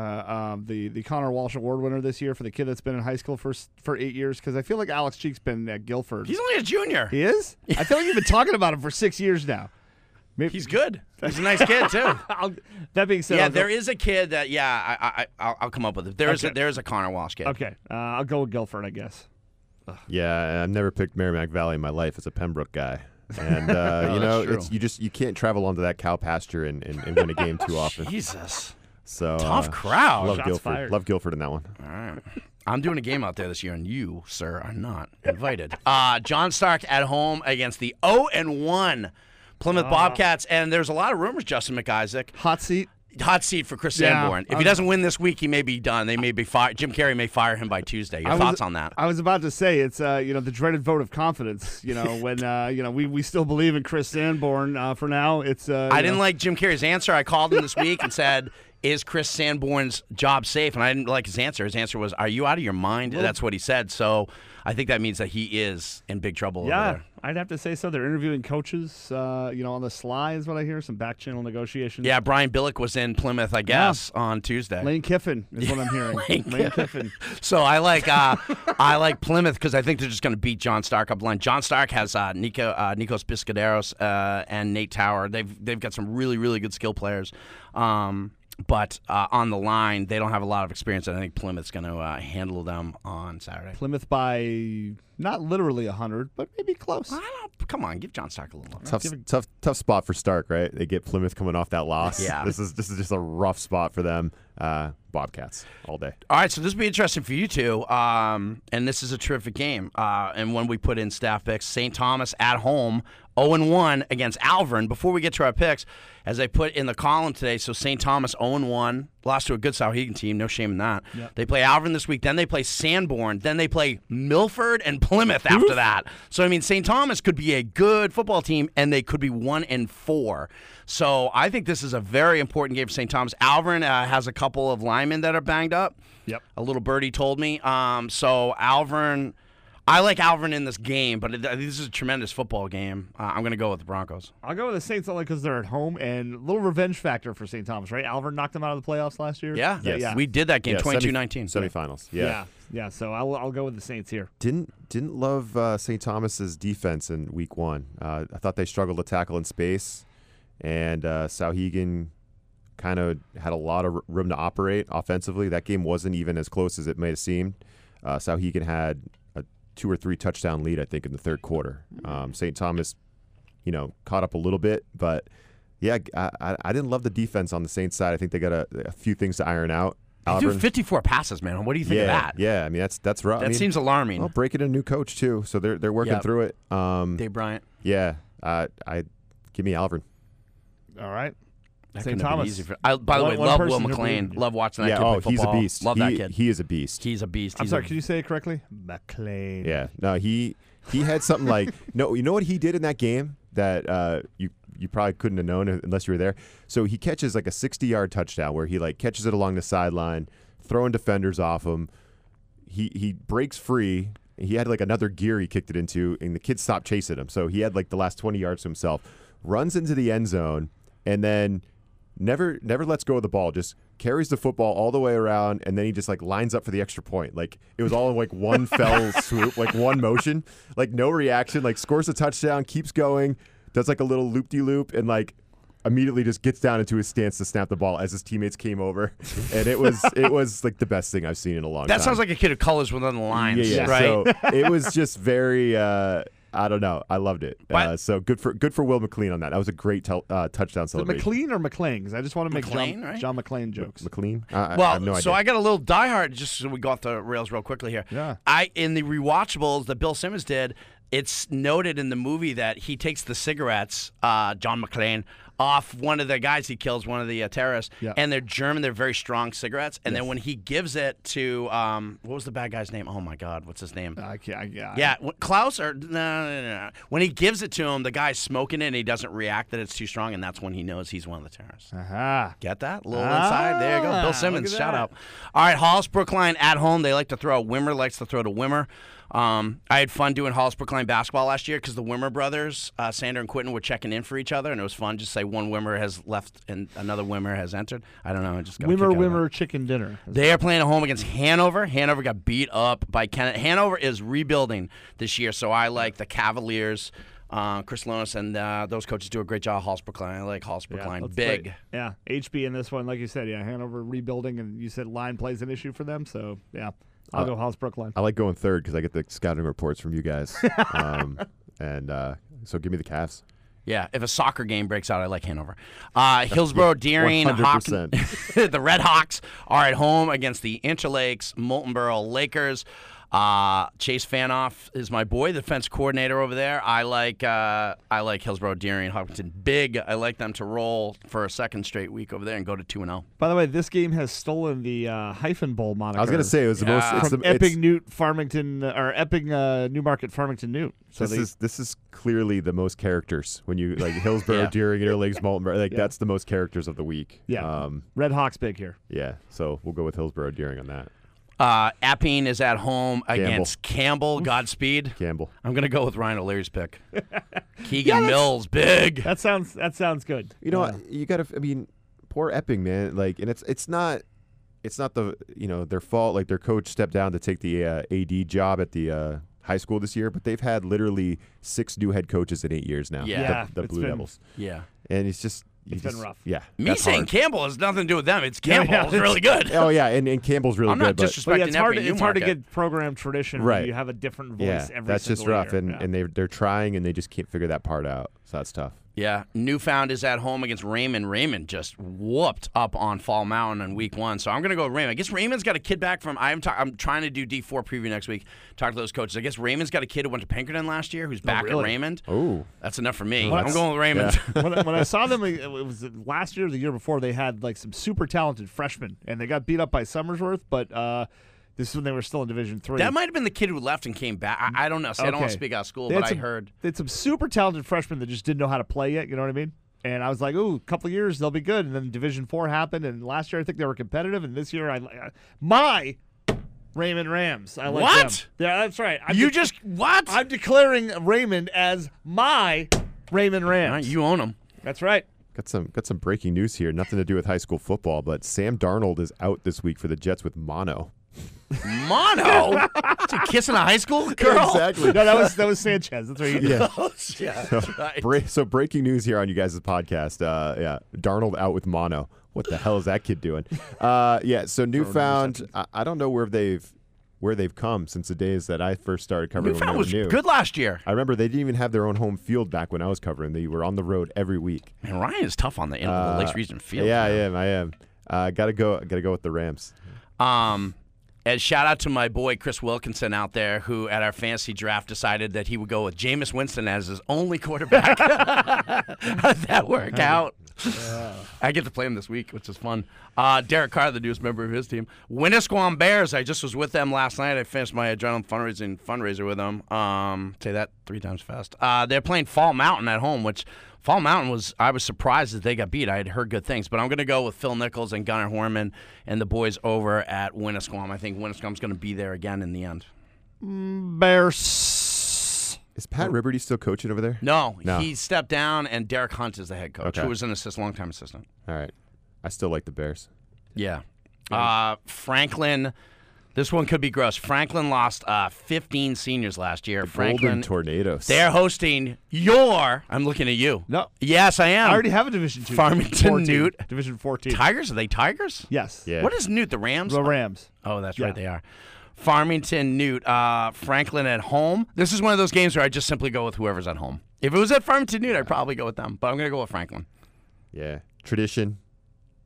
A: uh, um, the the Connor Walsh Award winner this year for the kid that's been in high school for s- for eight years? Because I feel like Alex Cheek's been at Guilford.
B: He's only a junior.
A: he is. I feel like you've been talking about him for six years now.
B: He's good. He's a nice kid too.
A: I'll, that being said,
B: Yeah,
A: I'll go-
B: there is a kid that. Yeah, I, I, I- I'll, I'll come up with it. There is a,
A: Okay.
B: there is a Connor Walsh kid.
A: Okay, uh, I'll go with Guilford, I guess.
C: Yeah, I've never picked Merrimack Valley in my life as a Pembroke guy. And uh, you know,
B: Oh, true.
C: it's you just you can't travel onto that cow pasture and, and, and win a game too often.
B: Jesus,
C: So
B: Oh, tough
C: uh,
B: crowd.
C: Love
A: Shots
C: Guilford.
A: fired.
C: Love Guilford in that one.
B: All right. I'm doing a game out there this year, and you, sir, are not invited. Uh, John Stark at home against the 0 and 1
A: Ah.
B: Plymouth Bobcats, and there's a lot of rumors. Justin McIsaac,
A: Hot seat.
B: hot seat for Chris
A: Yeah,
B: Sanborn. If he
A: I'm-
B: doesn't win this week, he may be done. They may be fired. Jim Carrey may fire him by Tuesday. Your
A: I was-
B: thoughts on that?
A: I was about to say it's uh, you know the dreaded vote of confidence. You know when uh, you know we, we still believe in Chris Sanborn uh, for now. It's uh,
B: I
A: you
B: didn't
A: know-
B: like Jim Carrey's answer. I called him this week and said, "Is Chris Sanborn's job safe?" And I didn't like his answer. His answer was, "Are you out of your mind?" That's what he said. So I think that means that he is in big trouble. Over
A: Yeah,
B: there.
A: I'd have to say so. They're interviewing coaches. Uh, you know on the sly is what I hear. Some back channel negotiations.
B: Yeah, Brian Billick was in Plymouth, I guess, on Tuesday.
A: Lane Kiffin is what I'm hearing. Lane, Kiffin.
B: So I like uh, I like Plymouth because I think they're just going to beat John Stark up line. John Stark has uh, Nico uh, Nikos Biscaderos uh, and Nate Tower. They've they've got some really really good skill players. Um, but uh, on the line, they don't have a lot of experience, and I think Plymouth's going to uh, handle them on Saturday.
A: Plymouth by not literally hundred, but maybe close.
B: I don't, come on, give John Stark a little. love.
C: Tough, tough, tough spot for Stark, right? They get Plymouth coming off that loss.
B: Yeah.
C: this is this is just a rough spot for them. Uh, Bobcats all day.
B: All right, so this will be interesting for you two, um, and this is a terrific game. Uh, and when we put in staff picks, St. Thomas at home, 0 and 1 against Alvern. Before we get to our picks, as I put in the column today, so St. Thomas 0 and 1, lost to a good Sauhegan team, no shame in that. They play Alvern this week, then they play Sanborn, then they play Milford and Plymouth after that. So I mean, St. Thomas could be a good football team, and they could be 1 and 4. So I think this is a very important game for St. Thomas. Alvern uh, has a couple of linemen that are banged up.
A: Yep.
B: A little birdie told me. Um, so Alvern, I like Alvern in this game, but it, I think this is a tremendous football game. Uh, I'm going to go with the Broncos.
A: I'll go with the Saints only because they're at home and a little revenge factor for St. Thomas, right? Alvin knocked them out of the playoffs last year.
B: Yeah.
A: yeah,
C: Yes.
A: yeah.
B: We did that game,
C: Yeah, semi-
B: 22-19.
C: semifinals.
A: yeah.
C: Yeah.
A: yeah, So I'll, I'll go with the Saints here.
C: didn't didn't love uh, St. Thomas's defense in week one. Uh, I thought they struggled to tackle in space, and uh, Sauhegan kind of had a lot of r- room to operate offensively. That game wasn't even as close as it may have seemed. Uh, Sauhegan had a two or three touchdown lead, I think, in the third quarter. Um, St. Thomas, you know, caught up a little bit, but yeah, I, I, I didn't love the defense on the Saints side. I think they got a, a few things to iron out.
B: They threw
C: Auburn-
B: 54 passes, man. What do you think
C: yeah,
B: of that?
C: yeah. I mean, that's that's rough.
B: That
C: I mean, oh.
B: seems alarming.
C: well, breaking a new coach too, so they're they're working
B: Yep.
C: through it. Um,
B: Dave Bryant.
C: yeah, uh, I give me Alvin.
A: All right.
B: That
A: St.
B: couldn't have been
A: Thomas.
B: easy for- I, by the
A: One-
B: way,
A: one
B: love Will
A: person to believe
B: McLean.
A: you.
B: Love watching that
C: yeah.
B: kid
C: Oh,
B: play football.
C: he's a beast.
B: Love
C: he,
B: that kid.
C: He is a beast.
B: he's a beast.
A: I'm
B: He's
A: sorry,
B: a,
A: could you say it correctly? McLean.
C: yeah. No, he he had something like no. You know what he did in that game that uh, you you probably couldn't have known unless you were there. So he catches like a 60 yard touchdown where he like catches it along the sideline, throwing defenders off him. He he breaks free. He had like another gear he kicked it into, and the kid stopped chasing him. So he had like the last 20 yards to himself. Runs into the end zone, and then never never lets go of the ball. Just carries the football all the way around, and then he just like lines up for the extra point. Like it was all in like one fell swoop, like one motion, like no reaction. Like scores a touchdown, keeps going, does like a little loop de loop, and like immediately just gets down into his stance to snap the ball as his teammates came over, and it was it was like the best thing I've seen in a long
B: that
C: time.
B: sounds like a kid who colors within the lines,
C: yeah, yeah.
B: right?
C: So it was just very. Uh, I don't know. I loved it.
B: But-
C: uh, so good for good for Will McLean on that. That was a great tel- uh, touchdown
A: Is it
C: celebration.
A: McLean or McLean? Because I just want to make
B: McLean,
A: John,
B: right?
A: John McLean jokes.
C: McLean? I, I- I
B: Well,
C: have no idea.
B: so I got a little diehard just so we go off the rails real quickly here.
A: Yeah.
B: I in the rewatchables that Bill Simmons did, it's noted in the movie that he takes the cigarettes, uh, John McClane, off one of the guys he kills, one of the uh, terrorists,
A: Yeah.
B: and they're German, they're very strong cigarettes. And then when he gives it to um, what was the bad guy's name? Oh my God, what's his name?
A: I can't. I, yeah.
B: Yeah, wh- Klaus or no, no, no, no. When he gives it to him, the guy's smoking it and he doesn't react that it's too strong, and that's when he knows he's one of the terrorists.
A: Aha.
B: Get that? little inside. There you go.
A: Ah,
B: Bill
A: look
B: Simmons,
A: at
B: shout
A: that.
B: out. All right, Hollis Brookline at home. They like to throw. Wimmer likes to throw to Wimmer. Um, I had fun doing Hollis Brookline basketball last year because the Wimmer brothers, uh, Sander and Quinton, were checking in for each other, and it was fun. Just say one Wimmer has left and another Wimmer has entered. I don't know. I just got a kick out
A: Wimmer,
B: of that.
A: Wimmer, chicken dinner.
B: They are playing at home against Hanover. Hanover got beat up by Kennett. Hanover is rebuilding this year, so I like the Cavaliers. Uh, Chris Lonas and uh, those coaches do a great job. Hollis Brookline. I like Hollis
A: Yeah,
B: Brookline.
A: that's
B: Big.
A: great. Yeah. HB in this one, like you said, yeah, Hanover rebuilding, and you said line plays an issue for them. So, yeah, I'll
C: Uh,
A: go House Brookline.
C: I like going third because I get the scouting reports from you guys. um, and uh, so give me the Cavs.
B: Yeah, if a soccer game breaks out, I like Hanover. Uh, Hillsborough, Deering, Hawk,
C: 100%.
B: the Red Hawks are at home against the Interlakes, Moultonboro Lakers. Uh, Chase Fanoff is my boy, the defense coordinator over there. I like uh, I like Hillsborough, Deering, Hopkinton big. I like them to roll for a second straight week over there and go to two and oh. zero.
A: By the way, this game has stolen the uh, hyphen bowl moniker.
C: I was gonna say it was the most.
B: Yeah.
C: It's
A: from
C: the,
A: Epping
C: it's-
A: Newt Farmington or Epping uh, Newmarket Farmington Newt. So
C: this
A: they-
C: is this is clearly the most characters when you like Hillsborough,
B: Yeah.
C: Deering, Interlakes, Malton. Like
A: Yeah.
C: that's the most characters of the week.
A: Yeah.
C: Um,
A: Red Hawks big here.
C: yeah. So we'll go with Hillsborough, Deering on that.
B: Uh, Appine is at home against Campbell. Godspeed.
C: Campbell.
B: I'm gonna go with Ryan O'Leary's pick. Keegan Mills, big.
A: That sounds that sounds good.
C: You know,
A: Yeah.
C: you gotta. I mean, poor Epping, man. Like, and it's it's not, it's not the you know their fault. Like their coach stepped down to take the uh, AD job at the uh, high school this year, but they've had literally six new head coaches in eight years now.
B: Yeah.
A: Yeah,
C: the, the
A: it's
C: Blue
A: been-
C: Devils,
B: Yeah.
C: and it's just you
A: It's been
C: just-
A: rough.
C: Yeah,
B: Me
C: that's
B: saying
C: hard.
B: Campbell has nothing to do with them. It's
A: Yeah,
B: Campbell.
A: yeah,
B: It's really good.
C: Oh yeah, and, and Campbell's really
B: I'm
C: good,
B: not
C: but
A: But
B: disrespecting
A: yeah, it's hard.
B: Epping
A: It's hard to
B: Newmarket.
A: get program tradition
C: Right.
A: when you have a different voice
C: yeah,
A: every
C: that's just
A: single
C: rough,
A: year.
C: and
A: Yeah.
C: and they they're trying and they just can't figure that part out. So that's tough.
B: Yeah, Newfound is at home against Raymond. Raymond just whooped up on Fall Mountain in Week One, so I'm gonna go with Raymond. I guess Raymond's got a kid back from. I'm ta- I'm trying to do D4 preview next week. Talk to those coaches. I guess Raymond's got a kid who went to Pinkerton last year who's back
A: really?
B: at Raymond.
C: Oh,
B: That's enough for me. I'm
A: That's-
B: going with Raymond.
A: when, I, when I saw them, it was last year or the year before. They had like some super talented freshmen, and they got beat up by Summersworth. But uh, this is when they were still in Division Three.
B: that might have been the kid who left and came back. I, I don't know. See, I don't want to
A: Okay.
B: speak out of school,
A: They
B: but
A: had
B: I
A: some-
B: heard.
A: they had some super talented freshmen that just didn't know how to play yet. You know what I mean? And I was like, "Ooh, a couple of years they'll be good." And then Division Four happened, and last year I think they were competitive, and this year I, I my Raymond Rams. I like
B: What?
A: them. Yeah, that's right. I'm
B: You
A: de-
B: just what?
A: I'm declaring Raymond as my Raymond
B: All right,
A: Rams.
B: you own him.
A: that's right.
C: Got some got some breaking news here. Nothing to do with high school football, but Sam Darnold is out this week for the Jets with mono.
B: Mono. Is he kissing a high school girl?
C: Exactly.
A: No, that was that was Sanchez. That's right. you did.
C: yeah.
B: Oh, yeah. that's right.
C: Bra- so breaking news here on you guys' podcast. Uh, yeah, Darnold out with mono. What the hell is that kid doing? Uh, yeah. So newfound. I, I don't know where they've where they've come since the days that I first started covering. when
B: Newfound
C: they
B: was
C: were new.
B: good last year.
C: I remember they didn't even have their own home field back when I was covering. They were on the road every week.
B: Man, Ryan is tough on the end of
C: Uh,
B: the Lakes Region field.
C: yeah, I am. I am. Uh, gotta go. Gotta go with the Rams.
B: Um, and shout out to my boy Chris Wilkinson out there, who at our fantasy draft decided that he would go with Jameis Winston as his only quarterback. How did that work out? I get to play him this week, which is fun. Uh, Derek Carr, the newest member of his team, Winnisquam Bears. I just was with them last night. I finished my adrenaline fundraising fundraiser with them. Um, say that three times fast. Uh, they're playing Fall Mountain at home, which Fall Mountain was. I was surprised that they got beat. I had heard good things, but I'm going to go with Phil Nichols and Gunnar Horman and the boys over at Winnisquam. I think Winnisquam's going to be there again in the end.
A: Bears.
C: Is Pat Riberty still coaching over there?
B: No,
C: No.
B: he stepped down, and Derek Hunt is the head coach,
C: Okay.
B: who was an assist, longtime assistant.
C: All right. I still like the Bears.
B: Yeah. Uh, Franklin, this one could be gross. Franklin lost uh, 15 seniors last year.
C: Golden
B: Franklin,
C: tornadoes.
B: they're hosting your. I'm looking at you.
A: No.
B: Yes, I am.
A: I already have a Division Two.
B: Farmington
A: 14,
B: Newt.
A: Division 14.
B: Tigers? Are they Tigers?
A: yes.
C: Yeah.
B: What is Newt? The Rams?
A: The Rams.
B: Oh, that's
A: Yeah.
B: right. They are. Farmington, Newt, uh, Franklin at home. This is one of those games where I just simply go with whoever's at home. If it was at Farmington, Newt, I'd probably go with them, but I'm going to go with Franklin.
C: Yeah. Tradition.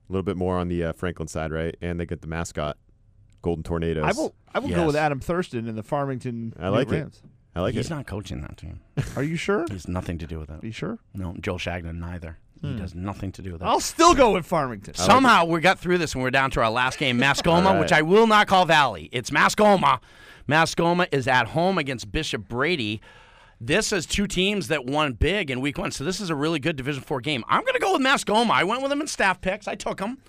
C: A little bit more on the uh, Franklin side, right? And they get the mascot, Golden Tornadoes.
A: I will. I will go
B: Yes.
A: with Adam Thurston in the Farmington.
C: I like
A: Newt
C: it.
A: Rams.
C: I like
B: He's
C: it.
B: not coaching that team.
A: Are you sure?
B: He
A: Are
B: has nothing to do with it.
A: you sure?
B: No, Joel Shagnon neither.
C: Hmm.
B: He does nothing to do with that.
A: I'll still go with Farmington.
B: Somehow we got through this and we're down to our last game, Mascoma,
C: All right.
B: which I will not call Valley. It's Mascoma. Mascoma is at home against Bishop Brady. This is two teams that won big in week one, so this is a really good Division Four game. I'm going to go with Mascoma. I went with them in staff picks. I took them.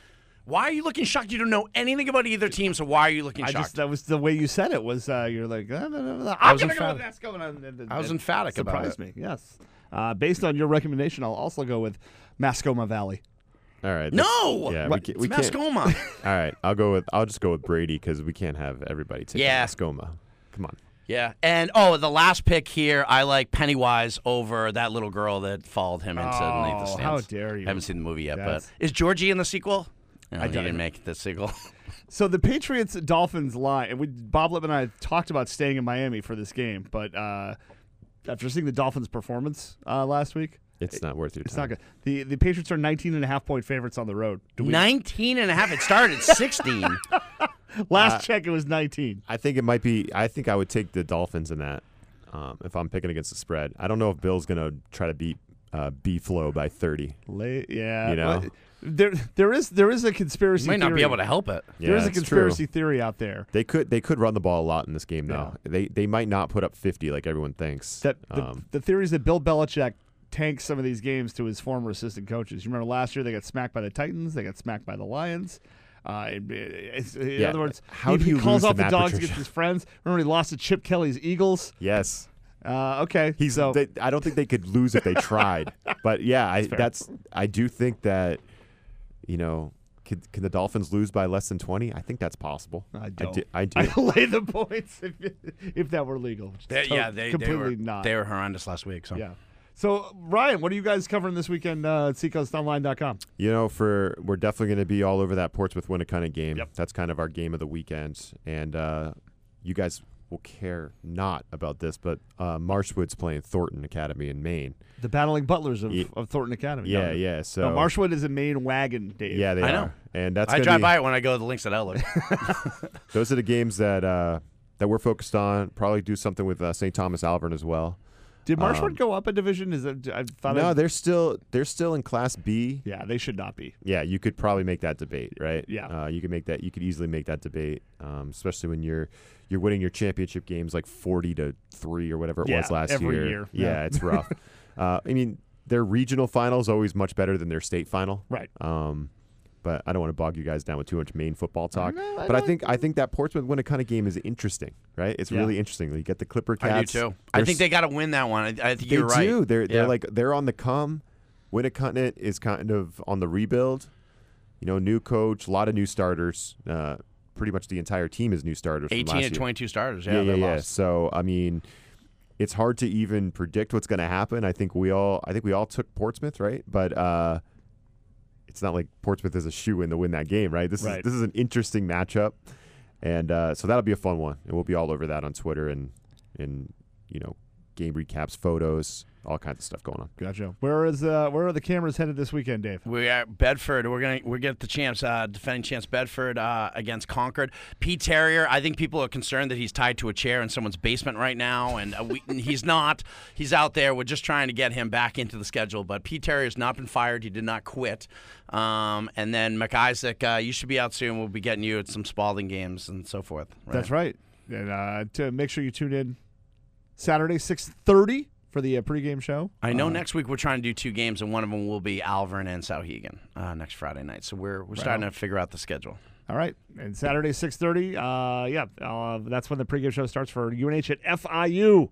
B: Why are you looking shocked? You don't know anything about either team, so why are you looking
A: I
B: shocked?
A: just that was the way you said it was uh, you're like "Ah, no, no, no, no,
B: I
A: I'm
B: was
A: gonna go with
B: emphatic.
A: that's going on. and- and-
B: I was
A: and
B: emphatic about
A: surprised me. Yes, uh, based on your recommendation, I'll also go with Mascoma Valley.
C: All right.
B: no,
C: Yeah,
A: What?
C: we, ca-
B: it's
C: we can't.
B: Mascoma.
C: All right, I'll go with. I'll just go with Brady because we can't have everybody take
B: Yeah.
C: Mascoma. Come on.
B: Yeah, and oh, the last pick here, I like Pennywise over that little girl that followed him into
A: Oh,
B: Beneath the Stands.
A: how dare you.
B: I haven't seen the movie yet,
A: That's-
B: but is Georgie in the sequel? No, I
A: doubt
B: didn't
A: it.
B: make the sequel.
A: So the Patriots Dolphins line, and we Bob Lip and I talked about staying in Miami for this game, but uh, after seeing the Dolphins' performance uh, last week,
C: It's not worth your time.
A: it's
B: Uh-huh.
A: not good. the The Patriots are 19 and a half point favorites on the road. Do we,
B: 19 and a half. It started at 16.
A: last check, it was 19.
C: I think it might be. I think I would take the Dolphins in that um, if I'm picking against the spread. I don't know if Bill's gonna try to beat uh, B Flow by 30.
A: Late, yeah,
C: You know?
A: but there there is there is a conspiracy.
B: you might not be
A: theory.
B: able to help it.
A: There is a
C: Yeah, it's true.
A: conspiracy theory out there
C: They could. They could run the ball a lot in this game though. They they might not put up 50 like everyone thinks.
A: that the,
C: um,
A: the theory is that Bill Belichick tanked some of these games to his former assistant coaches. You remember last year they got smacked by the Titans, they got smacked by the Lions. Uh, it- it's- in
C: Yeah, uh,
A: other words,
C: how
A: he,
C: do
A: he
C: you
A: calls
C: lose
A: off
C: to
A: the
C: Matt
A: dogs
C: Patricia?
A: against his friends. Remember, he lost to Chip Kelly's Eagles.
C: yes.
A: Uh, okay,
C: He's.
A: so
C: they, I don't think they could lose if they tried. But yeah, I, that's. I do think that. You know, can, can the Dolphins lose by less than 20? I think that's possible.
A: I
C: I
A: don't.
C: do. I do.
A: I lay the points if, if that were legal. which is
B: They-
A: to-
B: yeah, they, they, were,
A: completely not.
B: they were horrendous last week.
C: Oh.
B: So.
A: yeah. So Ryan, what are you guys covering this weekend uh, at seacoastonline.com?
C: You know, for we're definitely going to be all over that Portsmouth Winnicott game.
A: Yep.
C: That's kind of our game of the weekend, and uh, you guys will care not about this, but uh, Marshwood's playing Thornton Academy in Maine.
A: The battling butlers of,
C: Ye-
A: of Thornton Academy.
C: Yeah,
A: No,
C: yeah. So
A: No, Marshwood is a main wagon, Dave.
C: yeah, they
B: I
C: are,
B: know.
C: and that's
B: I
C: gonna
B: drive
C: be-
B: by it when I go to the links at Outlook.
C: Those are the games that uh, that we're focused on. Probably do something with uh, St. Thomas Alvern as well.
A: Did Marshwood
C: Um,
A: go up a division? Is that, I thought
C: no,
A: I,
C: they're still they're still in Class B.
A: yeah, they should not be.
C: yeah, you could probably make that debate, right?
A: Yeah.
C: uh, you could make that. You could easily make that debate, um, especially when you're you're winning your championship games like forty to three or whatever it
A: Yeah,
C: was last
A: every
C: year.
A: year.
C: Yeah,
A: Yeah.
C: it's rough. uh, I mean, their regional final is always much better than their state final.
A: Right.
C: Um, but I don't want to bog you guys down with too much Maine football talk.
A: know, I
C: but I
A: know.
C: think I think that Portsmouth Winnicott game is interesting, right? It's
A: Yeah.
C: really interesting. You get the Clipper Cats.
B: I do too. I
C: They're
B: think
C: s-
B: they got to win that one. I, I think
C: they
B: you're right.
C: do. They're they're
B: Yeah.
C: like they're on the come. Winnicott is kind of on the rebuild. You know, new coach, a lot of new starters. Uh, pretty much the entire team is new starters. from
B: 18
C: last
B: to
C: year.
B: 22 starters.
C: Yeah,
B: Yeah,
C: yeah,
B: they
C: yeah.
B: lost.
C: So I mean, it's hard to even predict what's going to happen. I think we all I think we all took Portsmouth, right? But uh, it's not like Portsmouth is a shoe in to win that game, right? This
A: Right.
C: is this is an interesting matchup, and uh, so that'll be a fun one, and we'll be all over that on Twitter and and you know game recaps, photos, all kinds of stuff going on.
A: Gotcha. Where is uh, where are the cameras headed this weekend, Dave?
B: We are Bedford. We're gonna we get the champs, uh, defending champs Bedford uh, against Concord. Pete Terrier. I think people are concerned that he's tied to a chair in someone's basement right now, and uh, we, and he's not. He's out there. We're just trying to get him back into the schedule. But Pete Terrier has not been fired. He did not quit. Um, and then McIsaac, uh, you should be out soon. We'll be getting you at some Spalding games and so forth.
A: That's right. And uh, to make sure you tune in Saturday six thirty for the uh, pregame show.
B: I know next week we're trying to do two games, and one of them will be Alvern and Sauhegan uh, next Friday night. So we're we're starting to figure out the schedule.
A: All right, and Saturday six thirty. Uh, yeah, uh, that's when the pregame show starts for UNH at FIU.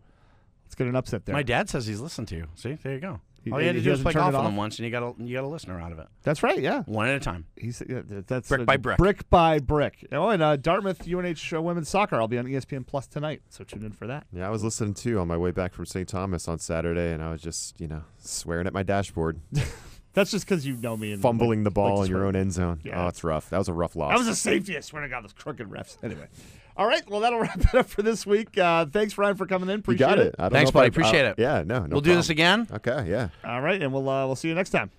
A: Let's get an upset there.
B: My dad says he's listened to you. See, there you go.
A: He-
B: All you had to
A: he
B: do is
A: hasn't
B: play
A: turned
B: golf
A: it
B: with
A: off?
B: him once, and you got a you got a listener out of it,
A: That's right. Yeah,
B: one at a time.
A: he's yeah, th- that's
B: Brick by brick.
A: Brick by brick. Oh, and uh, Dartmouth UNH uh, women's soccer. I'll be on ESPN Plus tonight, so tune in for that.
C: Yeah, I was listening too on my way back from St. Thomas on Saturday, and I was just, you know, swearing at my dashboard,
A: That's just because you know me and
C: fumbling the ball
A: to
C: in your
A: swear.
C: own end zone.
A: Yeah.
C: Oh, it's rough. That was a rough loss.
A: That was a safety. I swear to God, those crooked refs. Anyway. All right. Well, that'll wrap it up for this week. Uh, thanks, Ryan, for coming in.
C: you
A: Appreciate
C: got it. I don't
B: Thanks,
C: know if I-
B: buddy. Appreciate
C: I-
B: it.
C: Yeah, no, no
B: we'll do this
C: problem.
B: again.
C: Okay, yeah.
A: All right, and we'll uh, we'll see you next time.